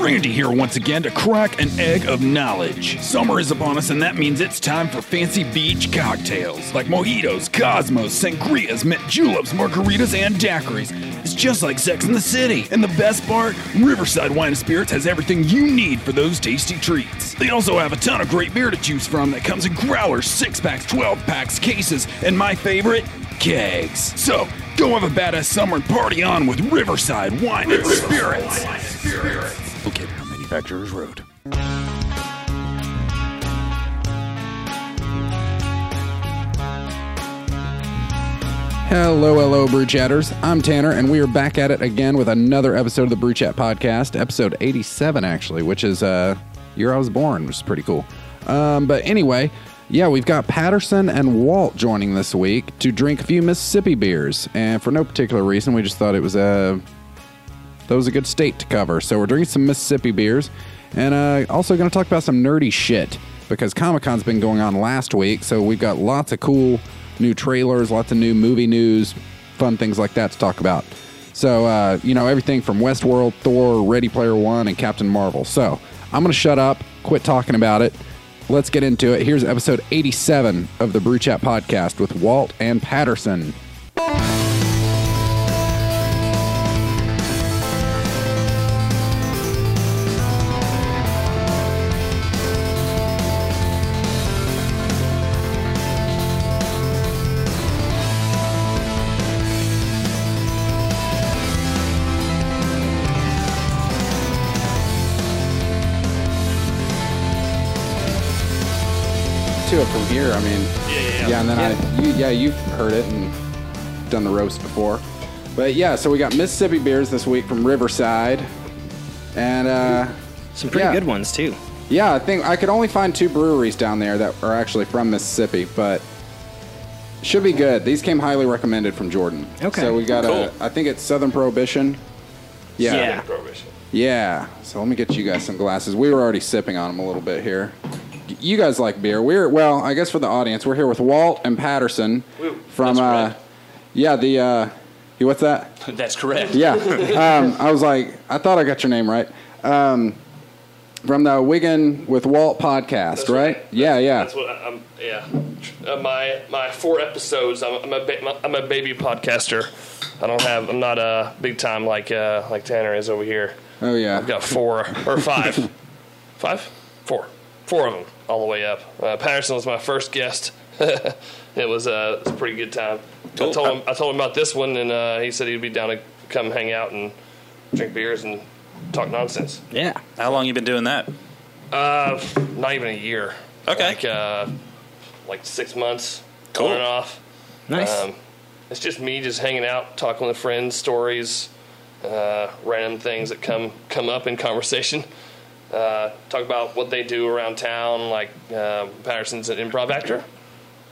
Randy here once again to crack an egg of knowledge. Summer is upon us, and that means it's time for fancy beach cocktails like mojitos, cosmos, sangrias, mint juleps, margaritas, and daiquiris. It's just like Sex in the City. And the best part, Riverside Wine and Spirits has everything you need for those tasty treats. They also have a ton of great beer to choose from that comes in growlers, six packs, 12 packs, cases, and my favorite, kegs. So go have a badass summer and party on with Riverside Wine and Spirits. Okay, now Manufacturers Road. Hello, hello, Brew Chatters. I'm Tanner, and we are back at it again with another episode of the Brew Chat Podcast, episode 87, actually, which is uh year I was born, which is pretty cool. Um, but anyway, yeah, we've got Patterson and Walt joining this week to drink a few Mississippi beers, and for no particular reason, we just thought it was uh, that was a good state to cover. So we're drinking some Mississippi beers, and uh, also going to talk about some nerdy shit because Comic Con's been going on last week, so we've got lots of cool new trailers, lots of new movie news, fun things like that to talk about. So uh, you know everything from Westworld, Thor, Ready Player One, and Captain Marvel. So I'm going to shut up, quit talking about it. Let's get into it. Here's episode 87 of the Brew Chat podcast with Walt and Patterson. to it from here. I mean, yeah, and then I, you, yeah, you've heard it and done the roast before, but yeah. So we got Mississippi beers this week from Riverside, and uh, Some pretty Yeah. good ones too. yeah, I think I could only find two breweries down there that are actually from Mississippi, but should be good. These came highly recommended from Jordan. Okay. so we got Cool. a, I think it's Southern Prohibition. Yeah. Yeah. Prohibition. Yeah. So let me get you guys some glasses. We were already sipping on them a little bit here. Y- You guys like beer. We're well, I guess for the audience, we're here with Walt and Patterson Woo, from that's uh red. Yeah, the uh you what's that? That's correct. Yeah. um I was like I thought I got your name right. Um from the Wigan with Walt podcast, That's right? Yeah, yeah. That's what I- I'm. Yeah, uh, my my four episodes. I'm, I'm a ba- my- I'm a baby podcaster. I don't have. I'm not a big time like uh, like Tanner is over here. oh yeah. I've got four or five, five, four, four of them all the way up. Uh, Patterson was my first guest. it was uh, it was a pretty good time. I Cool. told him I told him about this one, and uh, he said he'd be down to come hang out and drink beers and talk nonsense. Yeah. How long you been doing that? Uh, not even a year. Okay. Like uh, like six months. Cool. On and off. Nice. Um, it's just me just hanging out, talking with friends, stories, uh, random things that come come up in conversation. Uh, talk about what they do around town. Like uh, Patterson's an improv actor.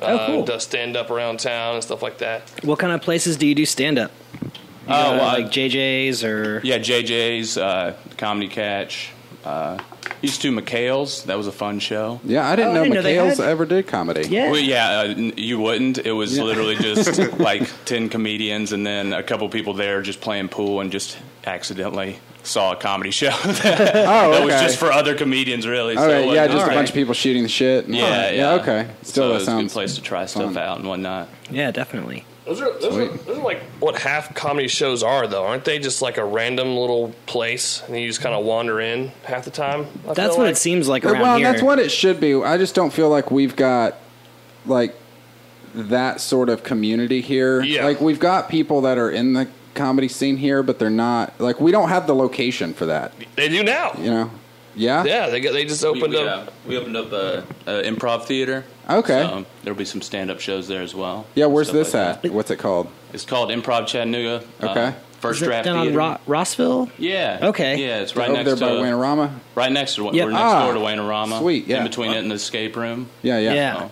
Oh, cool. Uh, does stand up around town and stuff like that. what kind of places do you do stand up? Oh, well, like JJ's or yeah, JJ's uh, Comedy Catch. Uh, used to McHale's. That was a fun show. yeah, I didn't Oh, I know didn't know they McHale's had- ever did comedy. yeah. Well, yeah, uh, n- you wouldn't. It was literally just like ten comedians, and then a couple people there just playing pool, and just accidentally saw a comedy show that, Oh, that okay. was just for other comedians, really. all right, it yeah, wasn't- just a All bunch right. of people shooting the shit. and- yeah, yeah, okay. Still, so that it's a good sounds place to try stuff fun. out and whatnot. Yeah, definitely. Those are those, are Sweet. those are like what half comedy shows are though, aren't they? Just like a random little place, and you just kind of wander in half the time. I That's what feel like. it seems like Yeah, around Uh, well, here. that's what it should be. I just don't feel like we've got like that sort of community here. Yeah. Like we've got people that are in the comedy scene here, but they're not like we don't have the location for that. They do now. You know? Yeah. Yeah, they got, they just We, opened we, up. uh, we opened up a, a improv theater. Okay. So there'll be some stand up shows there as well. Yeah, Where's Stuff this like at? What's it called? that. It's called Improv Chattanooga. uh, Okay. first Is it draft down on theater. Ro- Rossville? Yeah. Okay. Yeah, it's right Over there next by to Wainarama. right next to Yep. we're next Ah, door to Waynorama. sweet, yeah. In between it and the escape room. Yeah, yeah. Yeah. So,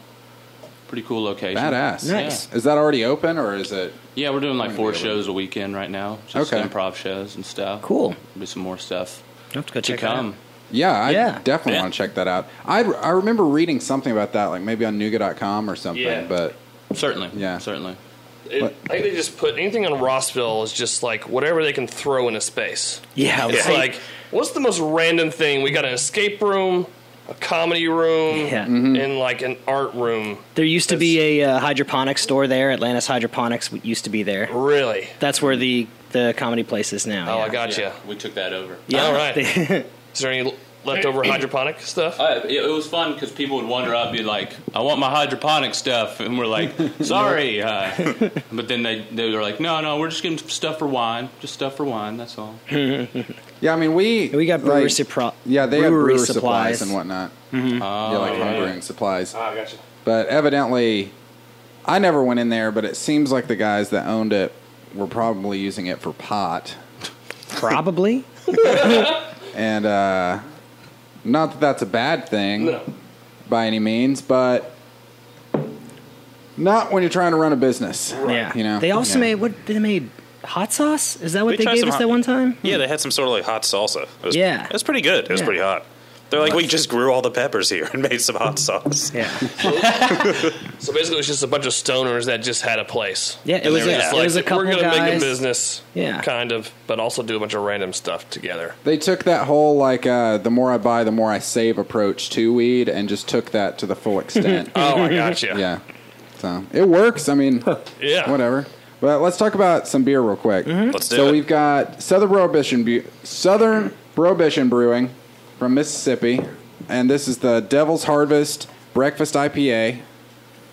pretty cool location. Badass. Nice. Is that already open or is it? Yeah, we're doing like We're four gonna be able shows a weekend right now. Just Okay. improv shows and stuff. Cool. There'll be some more stuff You have to go to check that come. out. Yeah, I Yeah. definitely Yeah. want to check that out. I I remember reading something about that, like maybe on Nuga.com or something. Yeah. But Certainly. Yeah. Certainly. It, I think they just put anything on Rossville is just like whatever they can throw into space. Yeah, It's right. like, what's the most random thing? We got an escape room, a comedy room, Yeah. Mm-hmm. and like an art room. There used to be a uh, hydroponics store there. Atlantis Hydroponics w- used to be there. Really? That's where the the comedy place is now. Oh, yeah. I gotcha. Yeah, we took that over. Yeah. All right. They- Is there any leftover hydroponic stuff? Uh, it, it was fun because people would wander up, and be like, "I want my hydroponic stuff," and we're like, "Sorry," uh, but then they they were like, "No, no, we're just getting stuff for wine, just stuff for wine. That's all." Yeah, I mean we we got brewery supply. Yeah, they have brewery Mm-hmm. brewer supplies, and whatnot. Oh, yeah, like homebrewing supplies. Ah, I gotcha. But evidently, I never went in there. But it seems like the guys that owned it were probably using it for pot. Probably. And uh, not that that's a bad thing No. by any means, but not when you're trying to run a business. Yeah. You know. They also Yeah. made what they made hot sauce. Is that what We they tried gave some us hot- that one time? Yeah, they had some sort of like hot salsa. It was, Yeah. it was pretty good. It was Yeah. pretty hot. They're like, we just grew all the peppers here and made some hot sauce. Yeah. So basically, it was just a bunch of stoners that just had a place. Yeah, it And was- they were yeah, just it like, was a couple We're gonna make guys." a business, Yeah. kind of, but also do a bunch of random stuff together. They took that whole like uh, the more I buy, the more I save approach to weed, and just took that to the full extent. Oh, I gotcha. yeah. So it works. I mean, Yeah. whatever. But let's talk about some beer real quick. Mm-hmm. Let's do so it. we've got Southern Prohibition, Bu- Southern Prohibition Brewing from Mississippi, and this is the Devil's Harvest Breakfast IPA.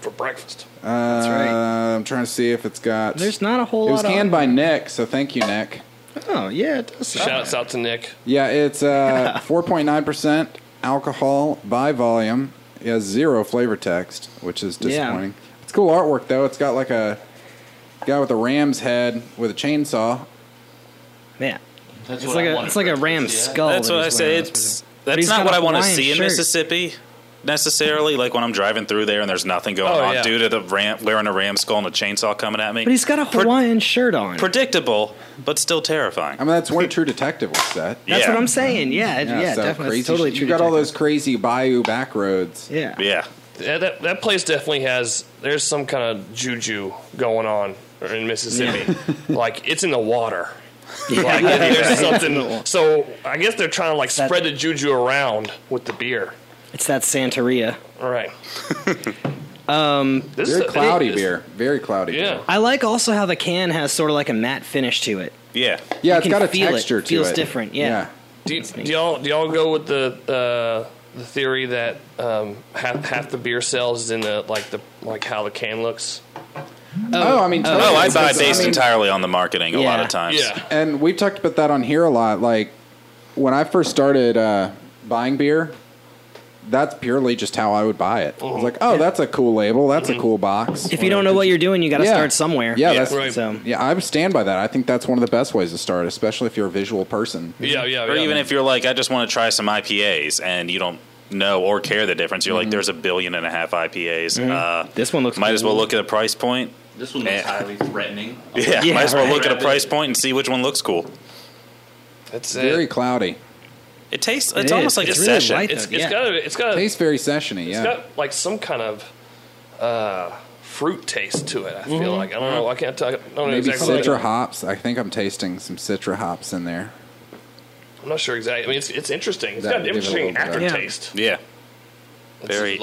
For breakfast. That's right. Uh, I'm trying to see if it's got. There's not a whole It was lot canned of. by Nick, so thank you, Nick. oh yeah, it does. Shout outs out to Nick. Yeah, it's uh, 4.9% alcohol by volume. It has zero flavor text, which is Yeah. disappointing. It's cool artwork, though. It's got like a guy with a ram's head with a chainsaw. Yeah. That's It's like a it's like a ram skull. That's that what I he's say. wearing. It's But that's he's not got what a I want to Hawaiian see in shirt. Mississippi necessarily. Like when I'm driving through there and there's nothing going Oh, on yeah. due to the ram wearing a ram skull and a chainsaw coming at me. But he's got a Pre- Hawaiian shirt on. predictable, but still terrifying. I mean, that's when True Detective was set. That's yeah. what I'm saying. Yeah. it- Yeah. so definitely. Crazy It's totally sh- true. You got all detective. those crazy bayou back roads. Yeah. Yeah. Yeah, that, that place definitely has. There's some kind of juju going on in Mississippi. like it's in the water. Like there's something. So I guess they're trying to like That- spread the juju around with the beer. It's that Santeria. All right. um, this Very is- cloudy this- beer. Very cloudy Yeah. beer. I like also how the can has sort of like a matte finish to it. Yeah. Yeah, You it's can got a feel it. texture to Feels it. different, yeah. Do, That's neat. do y'all do y'all go with the uh, the theory that um, half half the beer sales is in the like the like how the can looks? Oh, I mean, totally. Oh, I buy Because, based mean, entirely on the marketing a lot Yeah. of times. Yeah. and we've talked about that on here a lot. Like when I first started uh, buying beer, that's purely just how I would buy it. I was like, oh, that's a cool label. That's a cool box. If you don't know what you're doing, you got to Yeah. start somewhere. Yeah, that's Right. So yeah. I stand by that. I think that's one of the best ways to start, especially if you're a visual person. Yeah, yeah. Oh, Or yeah. even if you're like, I just want to try some IPAs and you don't know or care the difference, you're like, there's a billion and a half IPAs. Uh, Mm-hmm. this one looks. might as well cool. look at a price point. This one looks Yeah. highly threatening. Yeah, Yeah, might as well right. look at a price point and see which one looks cool. that's Very it. cloudy. It tastes. It It's is. almost like It's a really session. light, It's- It's, though. Yeah. it's got a, it's got a, Tastes very sessiony. It's Yeah. got like some kind of uh, fruit taste to it. I feel like I don't know. I can't tell. I don't know Maybe exactly. citra hops. I think I'm tasting some citra hops in there. I'm not sure exactly. I mean, it's it's interesting. It's That got would an give it a interesting little bit of- aftertaste. yeah. Very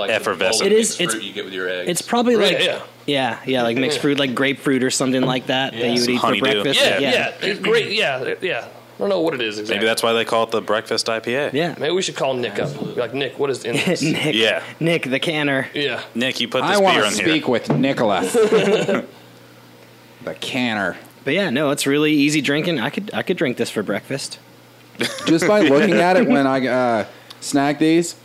It effervescent. is- it's- you get with your eggs. It's probably Right, like yeah. yeah. yeah, like mixed fruit, like grapefruit or something like that that you would eat Honeydew. for breakfast. Yeah, yeah, It's great. Yeah, it- yeah. I don't know what it is exactly. Maybe that's why they call it the breakfast IPA. yeah. Maybe we should call Nick up. Be like Nick, what is in this? Nick, Yeah. Nick the canner. Yeah. Nick, you put this I want beer to on speak here. with Nicholas, the canner. But yeah, no, it's really easy drinking. I could I could drink this for breakfast. just by looking at it when I uh, snag these.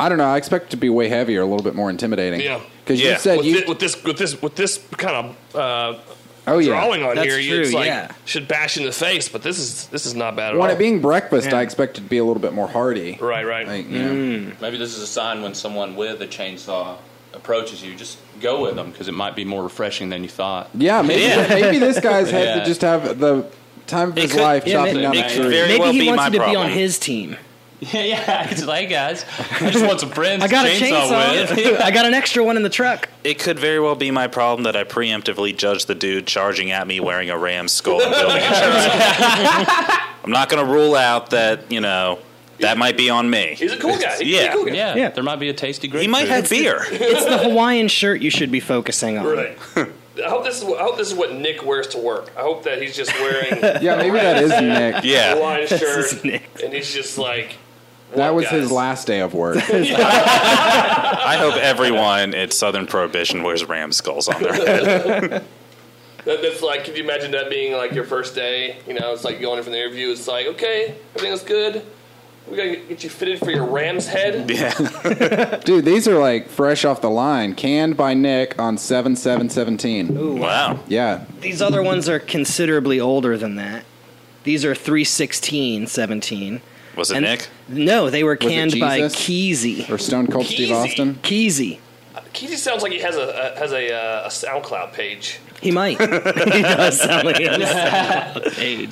I don't know. I expect it to be way heavier, a little bit more intimidating. Yeah. Because Yeah. you said With, you. thi- with this, with this, with this kind of uh, oh yeah. drawing on That's here, you true, it's like yeah. should bash in the face. But this is this is not bad at When all. it being breakfast, Yeah. I expect it to be a little bit more hearty. right, right. Like, you know. Maybe this is a sign when someone with a chainsaw approaches you. Just go with them because it might be more refreshing than you thought. Yeah. Maybe maybe this guy's had to Yeah. just have the time of It his could- life yeah, chopping may- down it that could tree. very- Maybe well he be wants my you to be on problem. his team. Yeah, yeah. It's like, guys, I just want some friends. I to got a chainsaw with. chainsaw. I got an extra one in the truck. It could very well be my problem that I preemptively judge the dude charging at me wearing a ram's skull and building insurance. I'm not going to rule out that, you know, that might be on me. He's a cool guy. He's Yeah. a cool guy. Yeah, Yeah. there might be a tasty grapefruit. He might have beer. It's the Hawaiian shirt you should be focusing on. Right. I hope this is. What, I hope this is what Nick wears to work. I hope that he's just wearing Yeah, maybe that is Nick. a Yeah. line This shirt, is Nick. and he's just like. That "Look, was guys, his last day of work. I hope everyone at Southern Prohibition wears ram skulls on their head. That, that's like, could you imagine that being like your first day? You know, it's like going in for the interview. It's like, okay, everything's good. We gotta get you fitted for your ram's head. Dude, these are like fresh off the line, canned by Nick on 7717. Wow. Yeah. These other ones are considerably older than that. These are 316, 17. Was it And- Nick? No, they were it canned by Jesus? Keezy. Or Stone Cold Steve Keezy. Austin. Keezy. He just sounds like he has a, a has a, uh, a SoundCloud page. He might. he does sound like he has age.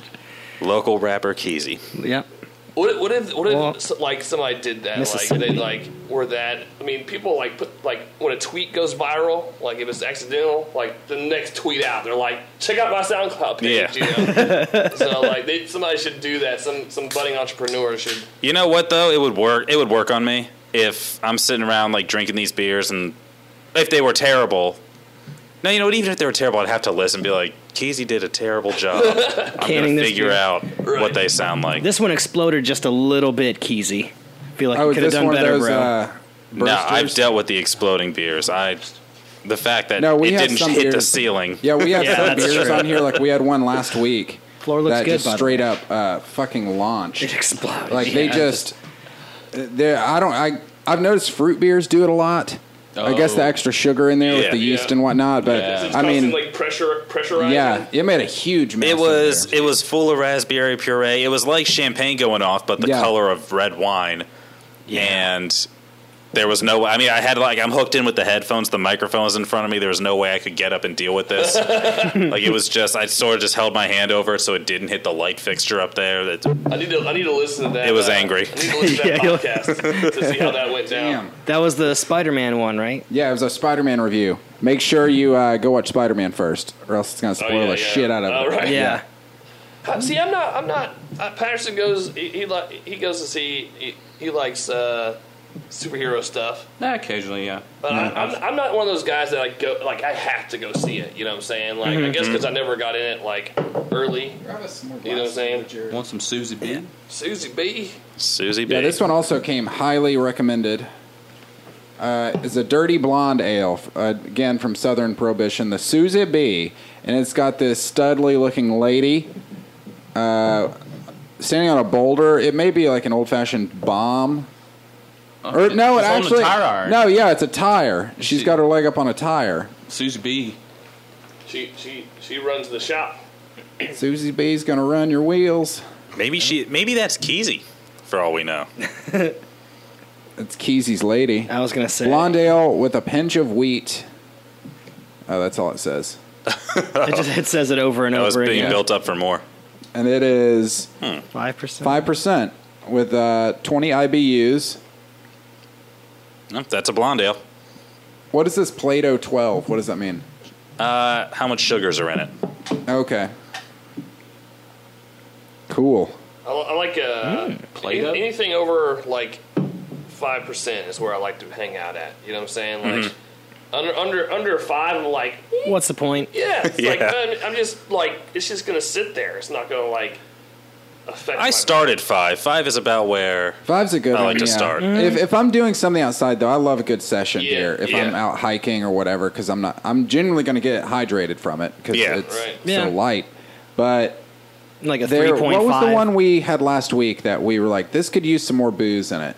Local rapper Keezy. Yep. What, what if what if Well, so- like somebody did that? Like Mississippi. they like were that? I mean, people like put like when a tweet goes viral, like if it's accidental, like the next tweet out, they're like, check out my SoundCloud page. You know? so like they, somebody should do that. Some some budding entrepreneur should. You know what though? It would work. It would work on me if I'm sitting around like drinking these beers and if they were terrible. No, you know what? Even if they were terrible, I'd have to listen and be like, Keezy did a terrible job. I'm Canning going to this figure beer. out what Right. they sound like. This one exploded just a little bit, Keezy. Feel like Oh, you is could have this done one better, of those bro. uh, no, I've bursters? dealt with the exploding beers. I, the fact that No, we it have didn't some hit the beers- ceiling. Yeah, we had Yeah, some that's beers true. on here. Like we had one last week. Floor looks that good, just by the straight up uh, fucking launched. It exploded. Like they Yeah. just, they I don't. I I've noticed fruit beers do it a lot. I guess the Oh. extra sugar in there with Yeah. the yeast Yeah. and whatnot. But Yeah. It's I mean, constant, like pressure pressurizing. yeah, it made a huge. mess It in was there. it was full of raspberry puree. It was like champagne going off, but the Yeah. color of red wine. And there was no. I mean, I had like I'm hooked in with the headphones, the microphones in front of me. There was no way I could get up and deal with this. like it was just I sort of just held my hand over it so it didn't hit the light fixture up there. That I need to I need to listen to that. uh, It was angry. I need to listen to that Yeah, you'll- podcast to see how that went down. Damn. That was the Spider-Man one, right? Yeah, it was a Spider-Man review. Make sure you uh, go watch Spider-Man first, or else it's gonna Oh, spoil yeah, the yeah. shit out of Oh, it. right. Yeah. Uh, See, I'm not. I'm not. Uh, Patterson goes. He he, li- he goes to see. He, he likes uh, superhero stuff, Nah, occasionally, yeah. but I, I'm, I'm not one of those guys that like go. Like I have to go see it. You know what I'm saying? Like I guess because I never got in it like early. You know what I'm saying? Want some Susie B? Susie B. Susie B. Yeah, this one also came highly recommended. Uh, it's a dirty blonde ale, uh, again from Southern Prohibition, the Susie B, and it's got this studly looking lady uh, standing on a boulder. It may be like an old fashioned bomb. Or no, it It's on the actually tire iron. no, yeah, it's a tire. She's She- got her leg up on a tire. Susie B. She she she runs the shop. Susie B's gonna run your wheels. Maybe she. Maybe that's Keezy. For all we know, It's Keezy's lady. I was gonna say. Blonde ale with a pinch of wheat. Oh, that's all it says. It, just, it says it over and I was over being again. built up for more. And it is Five percent. Five percent with uh, twenty IBUs. Oh, that's a blonde ale. What is this Play-Doh twelve? What does that mean? Uh, how much sugars are in it? Okay. Cool. I, li- I like uh, any- Play-Doh? anything over like five percent is where I like to hang out at. You know what I'm saying? Like under under under five, I'm like What's the point? Yeah, it's like Yeah. I'm, I'm just like it's just gonna sit there. It's not gonna like affect. I my- started five. Five is about where Five's a good I like one. to yeah. start. Mm-hmm. If, if I'm doing something outside though, I love a good session Yeah, beer. If I'm yeah. out hiking or whatever, because I'm not, I'm generally going to get hydrated from it because Yeah. it's Right. so Yeah. light. But Like a there, three point what five. was the one we had last week that we were like, this could use some more booze in it?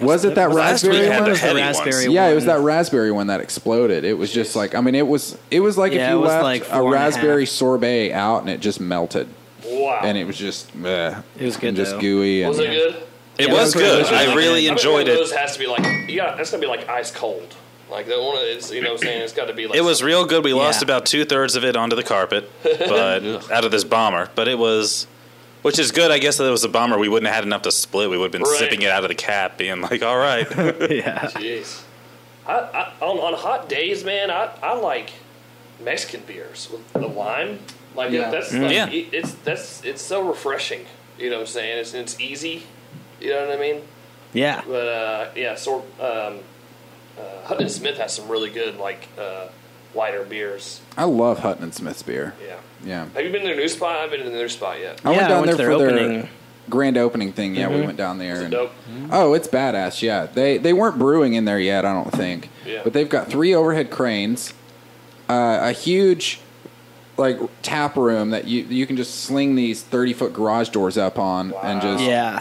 Was it that Last raspberry week one? had the was the heavy raspberry ones. Yeah, it was one. that raspberry one that exploded. It was just like I mean, it was it was like Yeah, if it you was left like four a and a raspberry half. sorbet out and it just melted, Wow. and it was just uh, It was good, and just though. gooey. And, was it good? It Yeah, was those were- good. those were I really really I mean, enjoyed one of it. Those has to be like yeah, that's gonna be like ice cold. Like that one. of- It's you know what I'm saying. It's got to be like It was real good. We lost Yeah. about two thirds of it onto the carpet, but out of this bomber. But it was Which is good, I guess. That it was a bummer. We wouldn't have had enough to split. We would have been Right. sipping it out of the cap, being like, "All right." yeah. Jeez. I, I, on, on hot days, man, I, I like Mexican beers with the lime. Like Yeah. that's like, Mm. Yeah. it- it's that's it's so refreshing. You know what I'm saying? It's it's easy. You know what I mean? Yeah. But uh, yeah, so um, uh, Hutton Smith has some really good like uh, lighter beers. I love Hutton and Smith's beer. Yeah. Yeah. Have you been to their new spot? I haven't been to their spot yet. I Yeah, went I down there went to their for opening. Mm-hmm. their grand opening thing. Yeah, we went down there. and- Nope. Oh, it's badass. Yeah, they they weren't brewing in there yet. I don't think. Yeah. But they've got three overhead cranes, uh, a huge like tap room that you you can just sling these thirty foot garage doors up on and just Yeah.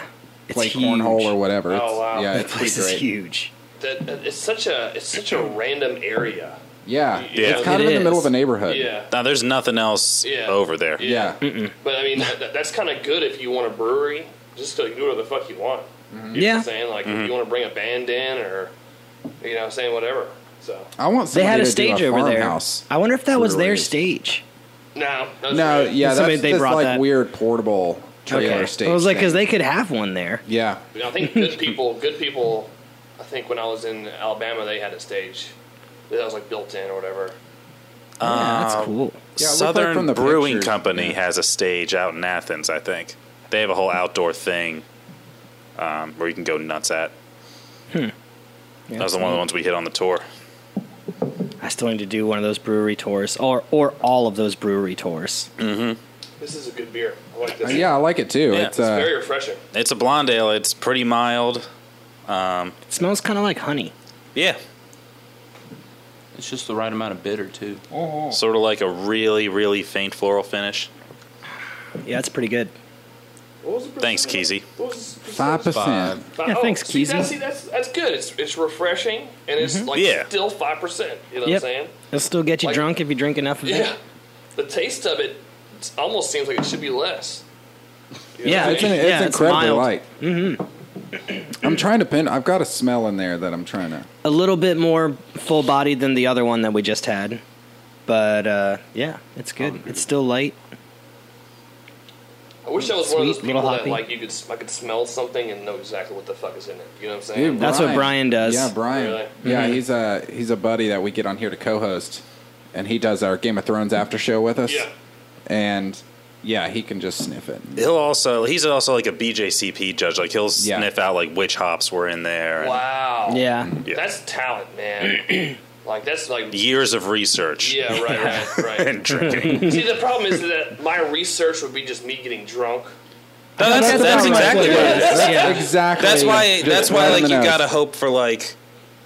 play it's huge. cornhole or whatever. Oh, It's- wow. Yeah, That it's Place pretty great. is huge. That that- it's such a it's such a random area. Yeah, Yeah. it's kind It of in the middle is. of a neighborhood. Yeah. now there's nothing else Yeah. over there. Yeah. But I mean, that, that- that's kind of good if you want a brewery, just to do whatever the fuck you want. You know what Yeah. I'm saying? Like, Mm-hmm. if you want to bring a band in or, you know what I'm saying, whatever. So, I want They somebody had a to stage do a over there. farmhouse. I wonder if that was their breweries. stage. no. that's No, right. yeah, Somebody- that's they this brought like that. weird portable trailer Okay. Oh, stage. I was like, because thing. they could have one there. yeah, You know, I think good people, good people, I think when I was in Alabama, they had a stage that was like built in or whatever. yeah, Um, that's cool. Yeah, it looked like Southern from the Brewing pictures. Company has a stage out in Athens, I think. They have a whole outdoor thing um, where you can go nuts at. Hmm. that was one of the ones we hit on the tour. I still need to do one of those brewery tours, or or all of those brewery tours. This is a good beer. I like Uh, this. yeah, I like it too. Yeah, it's it's uh, It's very refreshing. It's a blonde ale. It's pretty mild. It smells kind of like honey. Yeah, It's just the right amount of bitter too. sort of like a really, really faint floral finish. Yeah, that's pretty good. What was the Thanks, percentage? Keezy. What was the percentage? five percent. Fi- Yeah, thanks, oh, see, Keezy. that's- See, that's, that's good. It's, it's refreshing and it's like Yeah. still 5%. You know what I'm Mm-hmm. yep, Mm-hmm. saying? it'll still get you Like- drunk if you drink enough of Yeah. it. The taste of it it's- almost seems like it should be less. You know Yeah, what I It's, mean? an, it's Yeah, it's incredibly mild. light. Mm-hmm. I'm trying to pin. I've got a smell in there that I'm trying to. A little bit more full bodied than the other one that we just had, but uh, yeah, it's good. Um, It's still light. I wish I was one of Sweet, those little people that hoppy. like you could s- I could smell something and know exactly what the fuck is in it. You know what I'm saying? Dude, That's what Brian does. Mm-hmm. Yeah, Brian. Really? Yeah, he's a he's a buddy that we get on here to co-host, and he does our Game of Thrones after show with us. Yeah. And yeah, he can just sniff it. He'll also he's also like a BJCP judge. Like he'll Yeah. sniff out like which hops were in there. and Wow. Yeah, Yeah. That's talent, man. like that's like yeah, Years of research. right, right, right. And drinking. See, the problem is that my research would be just me getting drunk. No, that's, that's, pretty much exactly what what it it is. is. That's Exactly. That's why. Just That's right why. in Like the you nose. gotta hope for like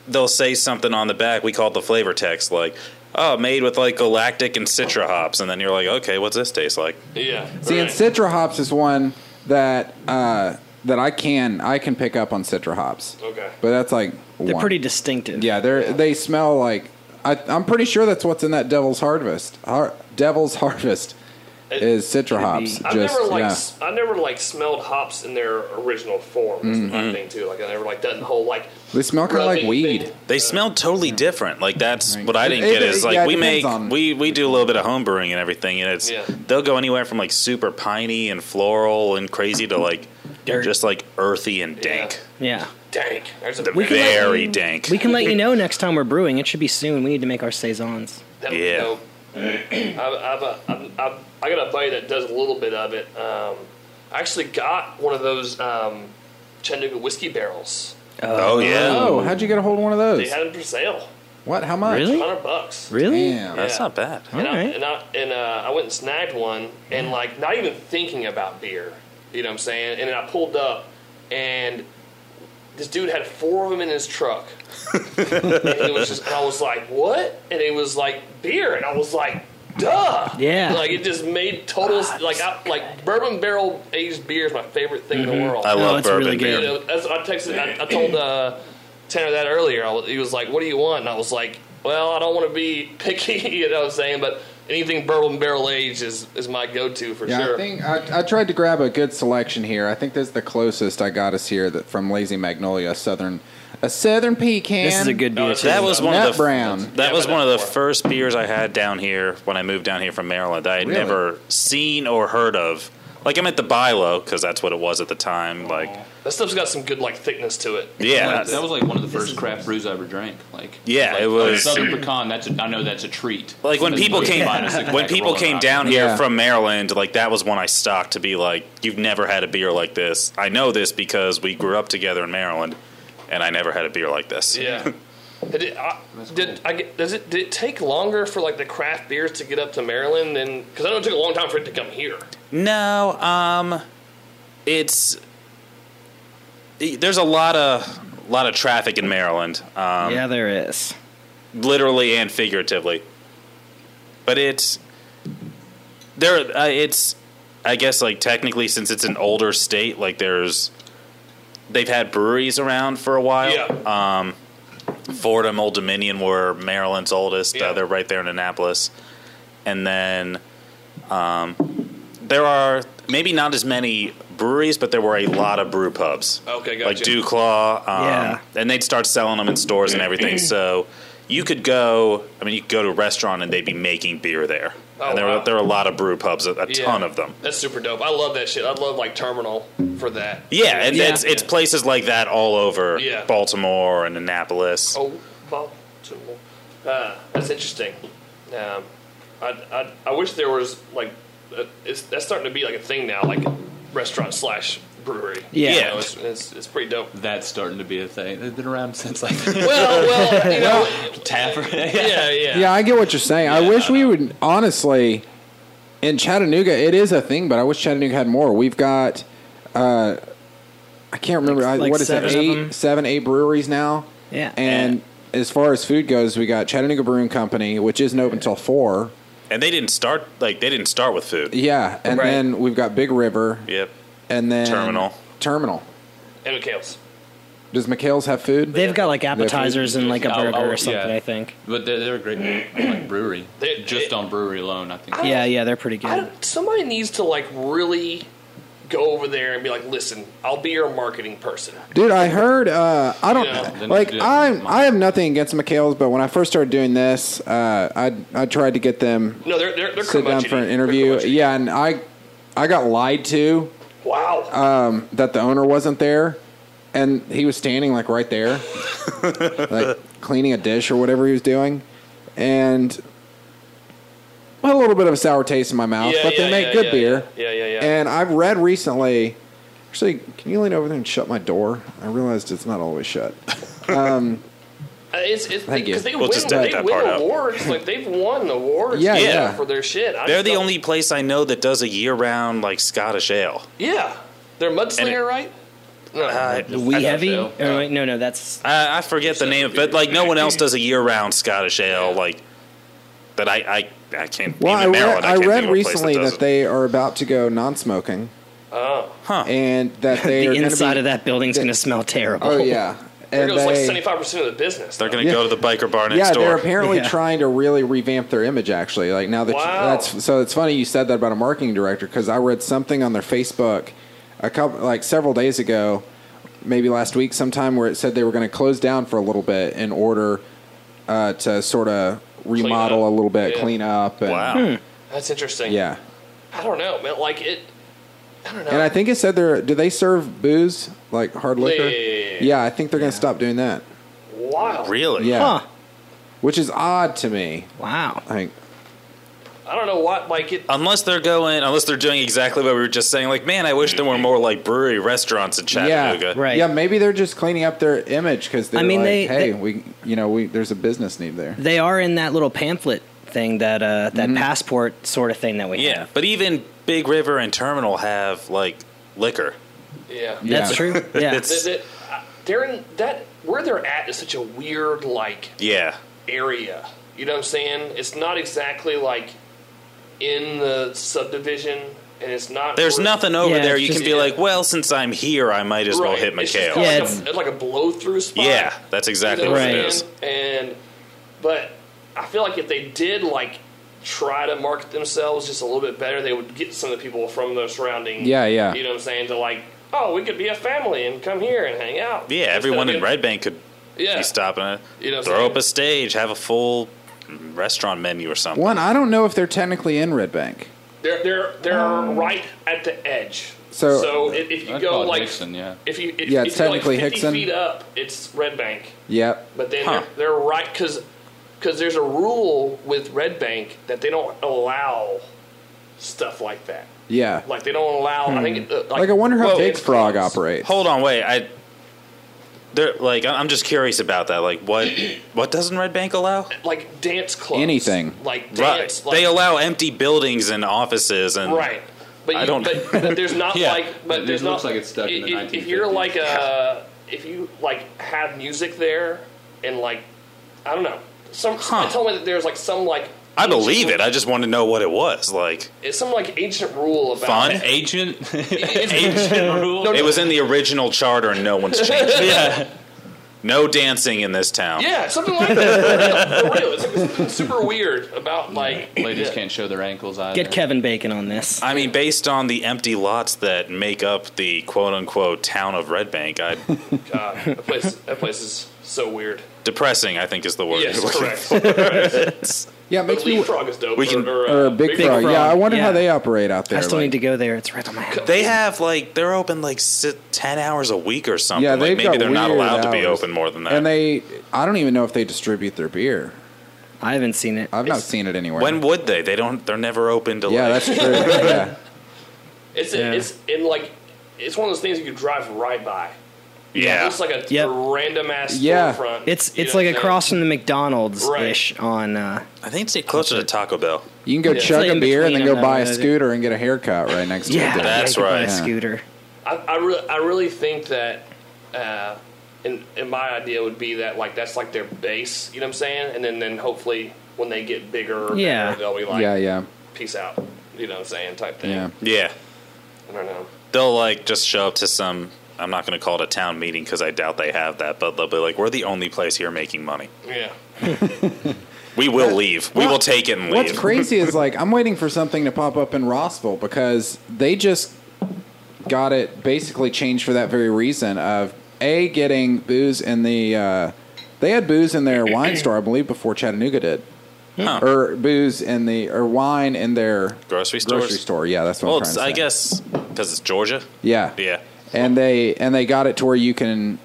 they'll say something on the back. We call it the flavor text. Like, oh, made with like galactic and citra hops, and then you're like, okay, what's this taste like? Yeah. See, and right. Citra hops is one that uh, that I can I can pick up on Citra hops. Okay. But that's like they're one. pretty distinctive. Yeah, they they smell like I, I'm pretty sure that's what's in that Devil's Harvest. Har, Devil's Harvest It- is citra hops. I've just never like yeah. s- I never like smelled hops in their original form. That's my thing too. Like I never like done the whole like Mm-hmm. They smell kinda like rubbing weed. thing. They smell totally different. Like that's Right. what I didn't It- get. it- Is like yeah, it we depends make on- we we do a little bit of home brewing and everything, and it's Yeah. they'll go anywhere from like super piney and floral and crazy to like Dirt. just like earthy and dank, yeah. Dank. There's a The big- can let very you- dank. We can let you know next time we're brewing. It should be soon. We need to make our saisons. That, Yeah. know, I've, I've, uh, I've, I've, I got a buddy that does a little bit of it. Um, I actually got one of those um, Chattanooga whiskey barrels. oh yeah, Oh, how'd you get a hold of one of They those? had them for sale, What? How much? Really? hundred bucks. Really? Damn. that's Yeah. not bad. And, I, Alright. and, I, and uh, I went and snagged one, and like not even thinking about beer, you know what I'm saying? And then I pulled up, and this dude had four of them in his truck. and, it was just, and I was like, "What?" And it was like beer, and I was like, "Duh!" Yeah. Like it just made total s- like I, like bourbon barrel aged beer is my favorite thing in the world. I love it's bourbon really good. beer. You know, that's, I texted. I, I told uh, Tanner that earlier. I was, he was like, "What do you want?" And I was like, "Well, I don't want to be picky. You know what I'm saying? But anything bourbon barrel aged is is my go-to for Yeah, sure." I think I, I tried to grab a good selection here. I think this is the closest I got us here that from Lazy Magnolia Southern, a Southern pecan. This is a good beer. that's- too. That was one Nut of the brown. That Yeah, was but one of the that's- first beers I had down here when I moved down here from Maryland. I had Really? never seen or heard of. Like I'm at the Bilo because that's what it was at the time. Like That stuff's got some good like thickness to it. yeah, Like, that was like one of the first craft brews I ever drank. Like Yeah, like, it was- oh, Southern pecan. That's a, I know that's a treat. like when That's people what you came find is like a when pack of people Rolling came Rock. down here Yeah. from Maryland, like that was when I stocked to be like, you've never had a beer like this. I know this because we grew up together in Maryland, and I never had a beer like this. Yeah. Did it, I, did I get, does it did it take longer for like the craft beers to get up to Maryland than because I know it took a long time for it to come here. No, um, it's it- there's a lot of lot of traffic in Maryland, um, yeah, there is. literally and figuratively. But it's there. Uh, it's I guess like technically since it's an older state, like there's they've had breweries around for a while. Um, Yeah. Fordham, Old Dominion were Maryland's oldest. Yeah. Uh, they're right there in Annapolis. And then um, there are maybe not as many breweries, but there were a lot of brew pubs. Okay, Like gotcha. Dew Claw. Um, Yeah. And they'd start selling them in stores and everything. so you could go, I mean, you could go to a restaurant and they'd be making beer there. Oh, and there, wow. were, there were a lot of brew pubs, a, a Yeah. ton of them. That's super dope. I love that shit. I love like Terminal for that. Yeah, and Yeah. it's it's places like that all over Yeah. Baltimore and Annapolis. Oh, Baltimore. Uh, that's interesting. Um, I, I, I wish there was like uh, it's, that's starting to be like a thing now, like restaurant slash brewery. Yeah. You know, it's, it's, it's pretty dope. That's starting to be a thing. They've been around since like Well, well, you know, Taffer. yeah, yeah, Yeah, I get what you're saying. I wish we would honestly in Chattanooga it is a thing, but I wish Chattanooga had more. We've got uh I can't remember I, like what is seven it of eight them? seven eight breweries now. Yeah. And as far as food goes, we got Chattanooga Brewing Company, which isn't open until four. And they didn't start like they didn't start with food. Yeah, and Right. then we've got Big River, Yep. and then Terminal. Terminal. And McHale's. Does McHale's have food? They've got like food- appetizers and like a Oh, burger oh, or something. yeah. I think. But they're, they're a great like, brewery. They- Just they- on brewery alone, I think. Yeah, yeah, they're pretty I good. don't, somebody needs to like really go over there and be like, listen, I'll be your marketing person. Dude, I heard. Uh, I don't Yeah, then like. you do it. I I have nothing against McHale's, but when I first started doing this, uh, I I tried to get them No, they're they're, they're sit down curmudgeon-y. for an They're interview. curmudgeon-y. Yeah, and I I got lied to Wow. um, that the owner wasn't there, and he was standing like right there, like cleaning a dish or whatever he was doing, and I had a little bit of a sour taste in my mouth. Yeah, but they yeah, make yeah, good yeah, beer. Yeah, yeah, yeah. And I've read recently. Actually, can you lean over there and shut my door? I realized it's not always shut. Uh, It's it's Thank you. because they We'll win, just they edit that win part out. awards. Like they've won awards. Yeah, and yeah. stuff for their shit. I They're just the don't- only place I know that does a year-round like Scottish ale. Yeah, they're And it- mudslinger, right? No, Uh, We I thought heavy? so. Or wait, no, no, that's I, I forget the name, but like no one else does a year-round Scottish ale like that. I I, I can't. Well, I even Maryland, read, I can't think read of a place that recently does that, it. they are about to go non-smoking, oh, and that they are the gonna inside be, of that building's going to smell terrible. Oh yeah, there and goes like they- seventy five percent of the business. they're though. going to Yeah. go to the biker bar next yeah, door. they're apparently Yeah. trying to really revamp their image. Actually, like now that you- Wow. that's so it's funny you said that about a marketing director because I read something on their Facebook a couple like several days ago, maybe last week sometime, where it said they were going to close down for a little bit in order uh, to sort of remodel up. a little bit, Yeah. clean up. And, wow. That's interesting. Yeah, I don't know, man. Like it. I don't know. and I think it said they're do they serve booze like hard liquor? yeah, yeah, yeah. I think they're going to stop doing that. wow. Hmm. Really? Yeah, Huh. which is odd to me. Wow. Like, I don't know what. Like it. Unless they're going, unless they're doing exactly what we were just saying. Like, man, I wish there were more like brewery restaurants in Chattanooga. Yeah, Right. Yeah, maybe they're just cleaning up their image because they're I mean, like, they- hey, they- we, you know, we there's a business need there. They are in that little pamphlet thing that uh that Mm-hmm. passport sort of thing that we Yeah, have. but even Big River and Terminal have like liquor. Yeah. That's Yeah. true. Yeah. It's- That- that- uh, They're in that where they're at is such a weird like Yeah. area. You know what I'm saying? It's not exactly like in the subdivision, and it's not. There's where- nothing over Yeah, there. it's You can just- be like, well, since I'm here, I might as well Right. hit It's just McHale. kinda Yeah, like a- it's- it's like a blow through spot. Yeah, that's exactly You know what I'm it Right. is. saying? And but I feel like if they did like try to market themselves just a little bit better, they would get some of the people from the surrounding. Yeah, yeah. You know what I'm saying? To like, oh, we could be a family and come here and hang out. Yeah, Instead everyone of in being- Red Bank could Yeah. be stopping it. You know what I'm Throw saying? up a stage, have a full restaurant menu or something. One, I don't know if they're technically in Red Bank. They're they're they're right at the edge. So- if, if you I'd go call it like Hickson, yeah. if you if, Yeah, if it's you're, like, technically 50 Hickson. feet up, it's Red Bank. Yep. But then Huh. they're, they're right because there's a rule with Red Bank that they don't allow stuff like that. Yeah. Like they don't allow. I Hmm. think uh, like, Like I wonder how Whoa. Big Frog operates. Hold on, wait. I there like I- I'm just curious about that. Like what what doesn't Red Bank allow? Like dance clubs. Anything. Like Right. dance. Like, they allow empty buildings and offices and Right. But you, I don't- But, but there's not Yeah. like. But It there's looks not, like it's stuck in the if- If you're 1950s. like a, if you like have music there, and like, I don't know. Some Huh. I told me that there's like some like. I believe it. I just want to know what it was. Like It's some like ancient rule about Fun? It. Agent. It's- Agent rule. it was in the original charter and no one's changed. it. yeah. No dancing in this town. Yeah, something like that. For real. For real. It's, it's something super weird about like Ladies yeah. can't show their ankles either. Get Kevin Bacon on this. I mean, based on the empty lots that make up the quote unquote town of Red Bank, I God, that place. That place is so weird. depressing, I think is the word. Yes, you're looking correct. Yeah, it But makes me. Leapfrog is dope. We can- or, Or uh, Big, Frog. Frog, Yeah, I wonder how yeah. they operate out there. I still like- need to go there. It's right on my head. They have like they're open like si- ten hours a week or something. Yeah, they've like, maybe got they're not weird allowed to be hours. open more than that. And they, I don't even know if they distribute their beer. I haven't seen it. I've not seen it anywhere. when would they? They don't. They're never open to yeah, that's like. true. yeah. It's it's in like it's one of those things you could drive right by. yeah. It's like a Yep. random ass Yeah. storefront. It's you it's know like what I'm across saying? from the McDonald's ish on. Uh, I think it's closer to Taco Bell. You can go It's chug like a in beer and then between go them, buy a though, isn't it? scooter and get a haircut right next yeah, to it. That's I could buy right. A scooter. I I, re- I really think that. Uh, and, and my idea would be that like that's like their base, you know what I'm saying? And then, then hopefully when they get bigger, Yeah. they'll be like, Yeah, yeah, peace out, you know what I'm saying, type thing. yeah. Yeah, I don't know. they'll like just show up to some. I'm not going to call it a town meeting because I doubt they have that, but they'll be like, "We're the only place here making money. Yeah. We will leave. We will take it and leave." What's crazy is like I'm waiting for something to pop up in Rossville because they just got it basically changed for that very reason of a getting booze in the uh, they had booze in their wine store I believe before Chattanooga did Huh. or booze in the or wine in their Grocery stores? grocery store yeah that's what Well, I'm trying to it's, say. I guess because it's Georgia. yeah Yeah. and they and they got it to where you can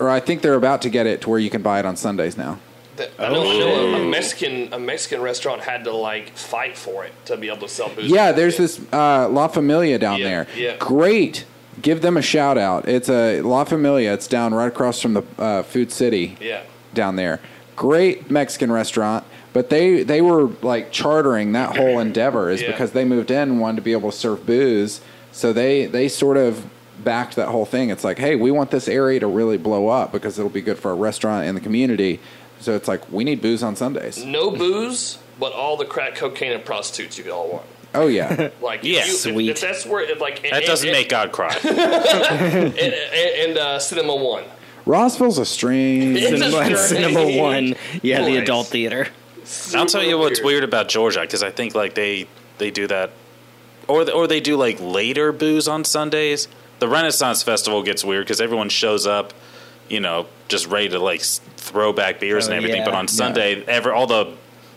or I think they're about to get it to where you can buy it on Sundays now That- Oh, I know, I know a, a Mexican a Mexican restaurant had to like fight for it to be able to sell booze. Yeah, there's this uh, La Familia down Yeah, there. yeah. Great. Give them a shout out. It's a La Familia. It's down right across from the uh, Food City Yeah. down there. Great Mexican restaurant. But they, they were like chartering that whole endeavor is Yeah. because they moved in and wanted to be able to serve booze. So they, they sort of backed that whole thing. It's like, hey, we want this area to really blow up because it'll be good for our restaurant and the community. So it's like, we need booze on Sundays. No booze, but all the crack cocaine and prostitutes you could all want. Oh, yeah. Like, Yeah, if you, if- sweet. If, that's where, it, like, That doesn't and, make God cry. and, and, and uh, Cinema One. Rossville's a strange. It's a Cinema, strange Cinema One. Yeah, the place. adult theater. I'll tell you what's weird about Georgia because I think like they they do that, or th- or they do like later booze on Sundays. The Renaissance Festival gets weird because everyone shows up, you know, just ready to like s- throw back beers Oh, and everything. yeah, But on Sunday, ever all the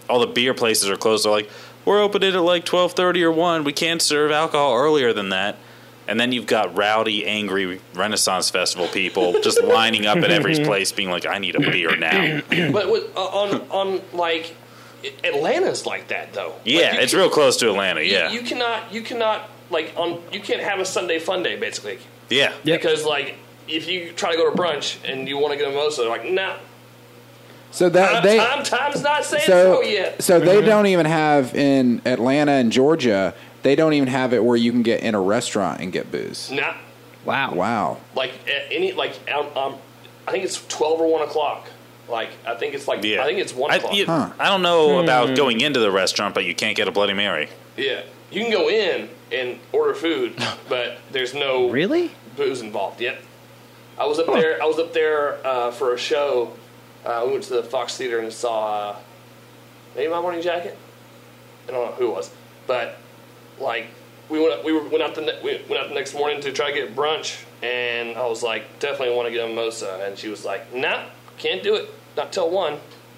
all the beer places are closed. They're like, we're opening at like twelve thirty or one. We can't serve alcohol earlier than that. And then you've got rowdy, angry Renaissance Festival people just lining up at every place, being like, "I need a beer now." But with, uh, on, on, like, Atlanta's like that, though. Like, Yeah, you it's can- real close to Atlanta. you- Yeah, You cannot, you cannot, like, on, you can't have a Sunday fun day, basically. yeah. Because, like, if you try to go to brunch and you want to get a mimosa, they're like, nah, So that time, they time, time's not saying so so, yet. so they don't even have in Atlanta and Georgia. They don't even have it where you can get in a restaurant and get booze. Nah, Wow. Wow. like at any like um, um, I think it's twelve or one o'clock. Like I think it's like Yeah. I think it's one I, o'clock. you- Yeah. Huh. I don't know about going into the restaurant, but you can't get a Bloody Mary. you can go in and order food, but there's no Really? booze involved. Yep. I was up there. I was up there uh, for a show. Uh, we went to the Fox Theater and saw uh, maybe my morning jacket. I don't know who it was, but like we went we were- went out the ne- we went out the next morning to try to get brunch, and I was like definitely want to get a mimosa, and she was like, nah, can't do it, not till one,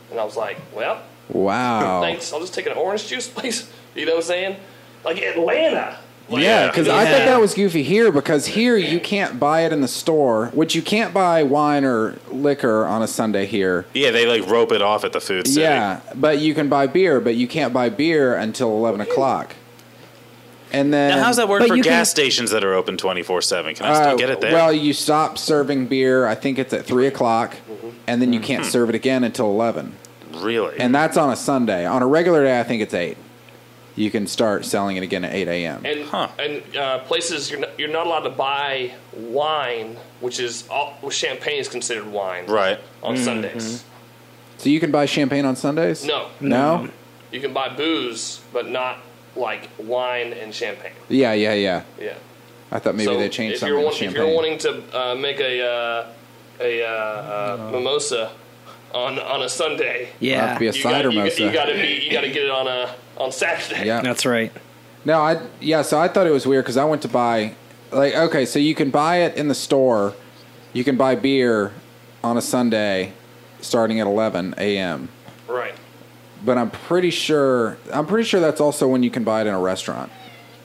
and I was like, well, Wow. Oh. thanks, I'll just take an orange juice, please. You know what I'm saying? like Atlanta. Like, Yeah, because I Yeah. thought that was goofy here because here you can't buy it in the store, which you can't buy wine or liquor on a Sunday here. Yeah, they like rope it off at the food city. Yeah, but you can buy beer, but you can't buy beer until eleven o'clock. And then Now, how's that work But for you gas can- stations that are open 24 7? Can I still Uh, get it there? Well, you stop serving beer. I think it's at three o'clock, and then you Mm-hmm. can't serve it again until eleven. really? And that's on a Sunday. On a regular day, I think it's eight. You can start selling it again at eight a.m. and Huh. and uh, places you're not, you're not allowed to buy wine, which is all well, champagne is considered wine right. Mm-hmm. on Sundays. So you can buy champagne on Sundays. No, No. you can buy booze, but not like wine and champagne. Yeah, yeah, yeah. Yeah. I thought maybe so they changed if something you're, to want- if champagne. you're wanting to uh, make a uh, a uh, uh, mimosa on on a Sunday, It'll have Yeah. to be a you cider got, mosa. you, got to be you got to get it on a on Saturday. yeah. That's right. No, I yeah. So I thought it was weird because I went to buy, like, okay, so you can buy it in the store, you can buy beer on a Sunday, starting at eleven a.m. Right. But I'm pretty sure I'm pretty sure that's also when you can buy it in a restaurant.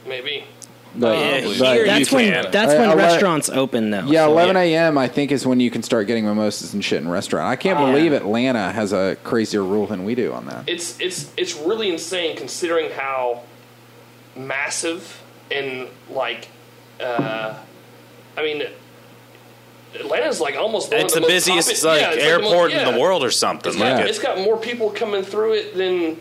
Maybe. Like, Yeah, like- here- yeah, you That's when can. that's I- when I let- restaurants open though. Oh, so- eleven a.m. I think is when you can start getting mimosas and shit in restaurant. I can't believe Atlanta has a crazier rule than we do on that. It's it's it's really insane considering how massive and like uh, I mean Atlanta's like almost one It's of the the, most busiest popu- like yeah, it's like the most- airport in yeah. the world or something. It's like got, Yeah. it- it's got more people coming through it than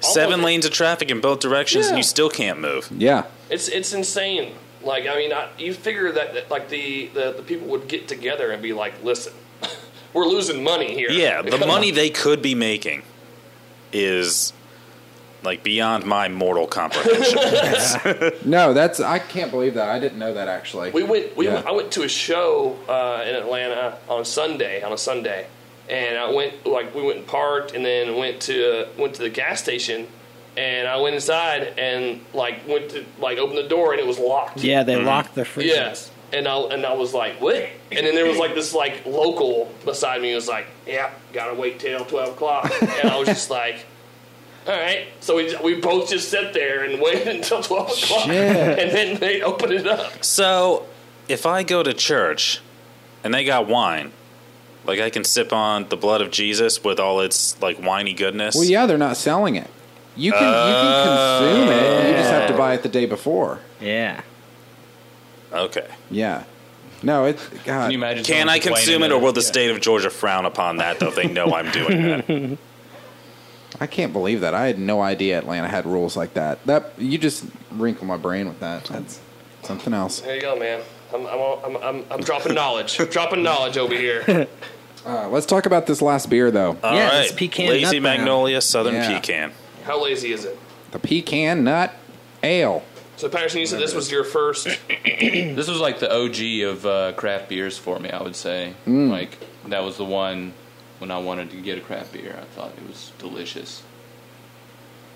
seven almost- lanes of traffic in both directions, and Yeah. you still can't move. Yeah, It's it's insane. Like I mean, I, you figure that, that like the, the the people would get together and be like, listen, we're losing money here. Yeah, the Come on. money they could be making is like beyond my mortal comprehension. no, that's I can't believe that. I didn't know that actually. We went. We Yeah. went, I went to a show uh, in Atlanta on Sunday. On a Sunday, and I went like we went and parked, and then went to uh, went to the gas station, and I went inside and like went to like open the door, and it was locked. Yeah, they lock the freezers. Yes. And I and I was like, what? And then there was like this like local beside me was like, yeah, gotta wait till twelve o'clock. And I was just like, all right. So we we both just sat there and waited until twelve o'clock, Shit. and then they opened it up. so, if I go to church and they got wine, like I can sip on the blood of Jesus with all its like winey goodness. Well, yeah, they're not selling it. You can you can consume it. You just have to buy it the day before. Yeah. Okay. Yeah. No, it's God. Can you imagine? Can someone I complaining consume it, or that- will the yeah. state of Georgia frown upon that? Though they know I'm doing that. I can't believe that. I had no idea Atlanta had rules like that. That you just wrinkle my brain with that. That's something else. There you go, man. I'm I'm all- I'm I'm, I'm dropping knowledge, dropping knowledge over here. Uh, let's talk about this last beer though. All Yeah, right, it's pecan lazy nut brown. magnolia, southern Yeah. pecan. How lazy is it? The pecan nut ale. So Patterson, you said this was your first. This was like the OG of uh, craft beers for me. I would say, Mm. like that was the one when I wanted to get a craft beer. I thought it was delicious.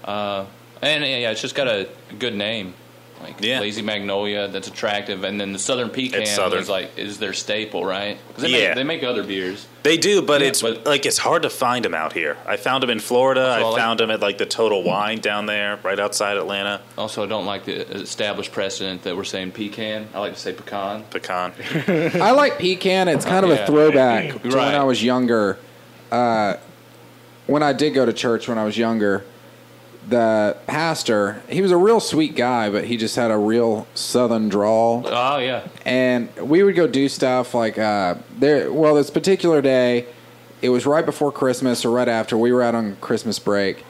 Uh, and yeah, yeah, it's just got a good name, like Yeah. Lazy Magnolia. That's attractive, and then the Southern Pecan It's Southern. is like is their staple, right? 'Cause they Yeah. make, they make other beers. They do, but Yeah, it's but- like it's hard to find them out here. I found them in Florida. That's I all I- found them at like the Total Wine down there, right outside Atlanta. Also, I don't like the established precedent that we're saying pecan. I like to say pecan. Pecan. I like pecan. It's kind of Yeah. Mm-hmm. a throwback to when Right. I was younger. Uh, when I did go to church when I was younger, the pastor, he was a real sweet guy, but he just had a real southern drawl. Oh yeah, and we would go do stuff like uh, there. Well, this particular day, it was right before Christmas or right after. We were out on Christmas break,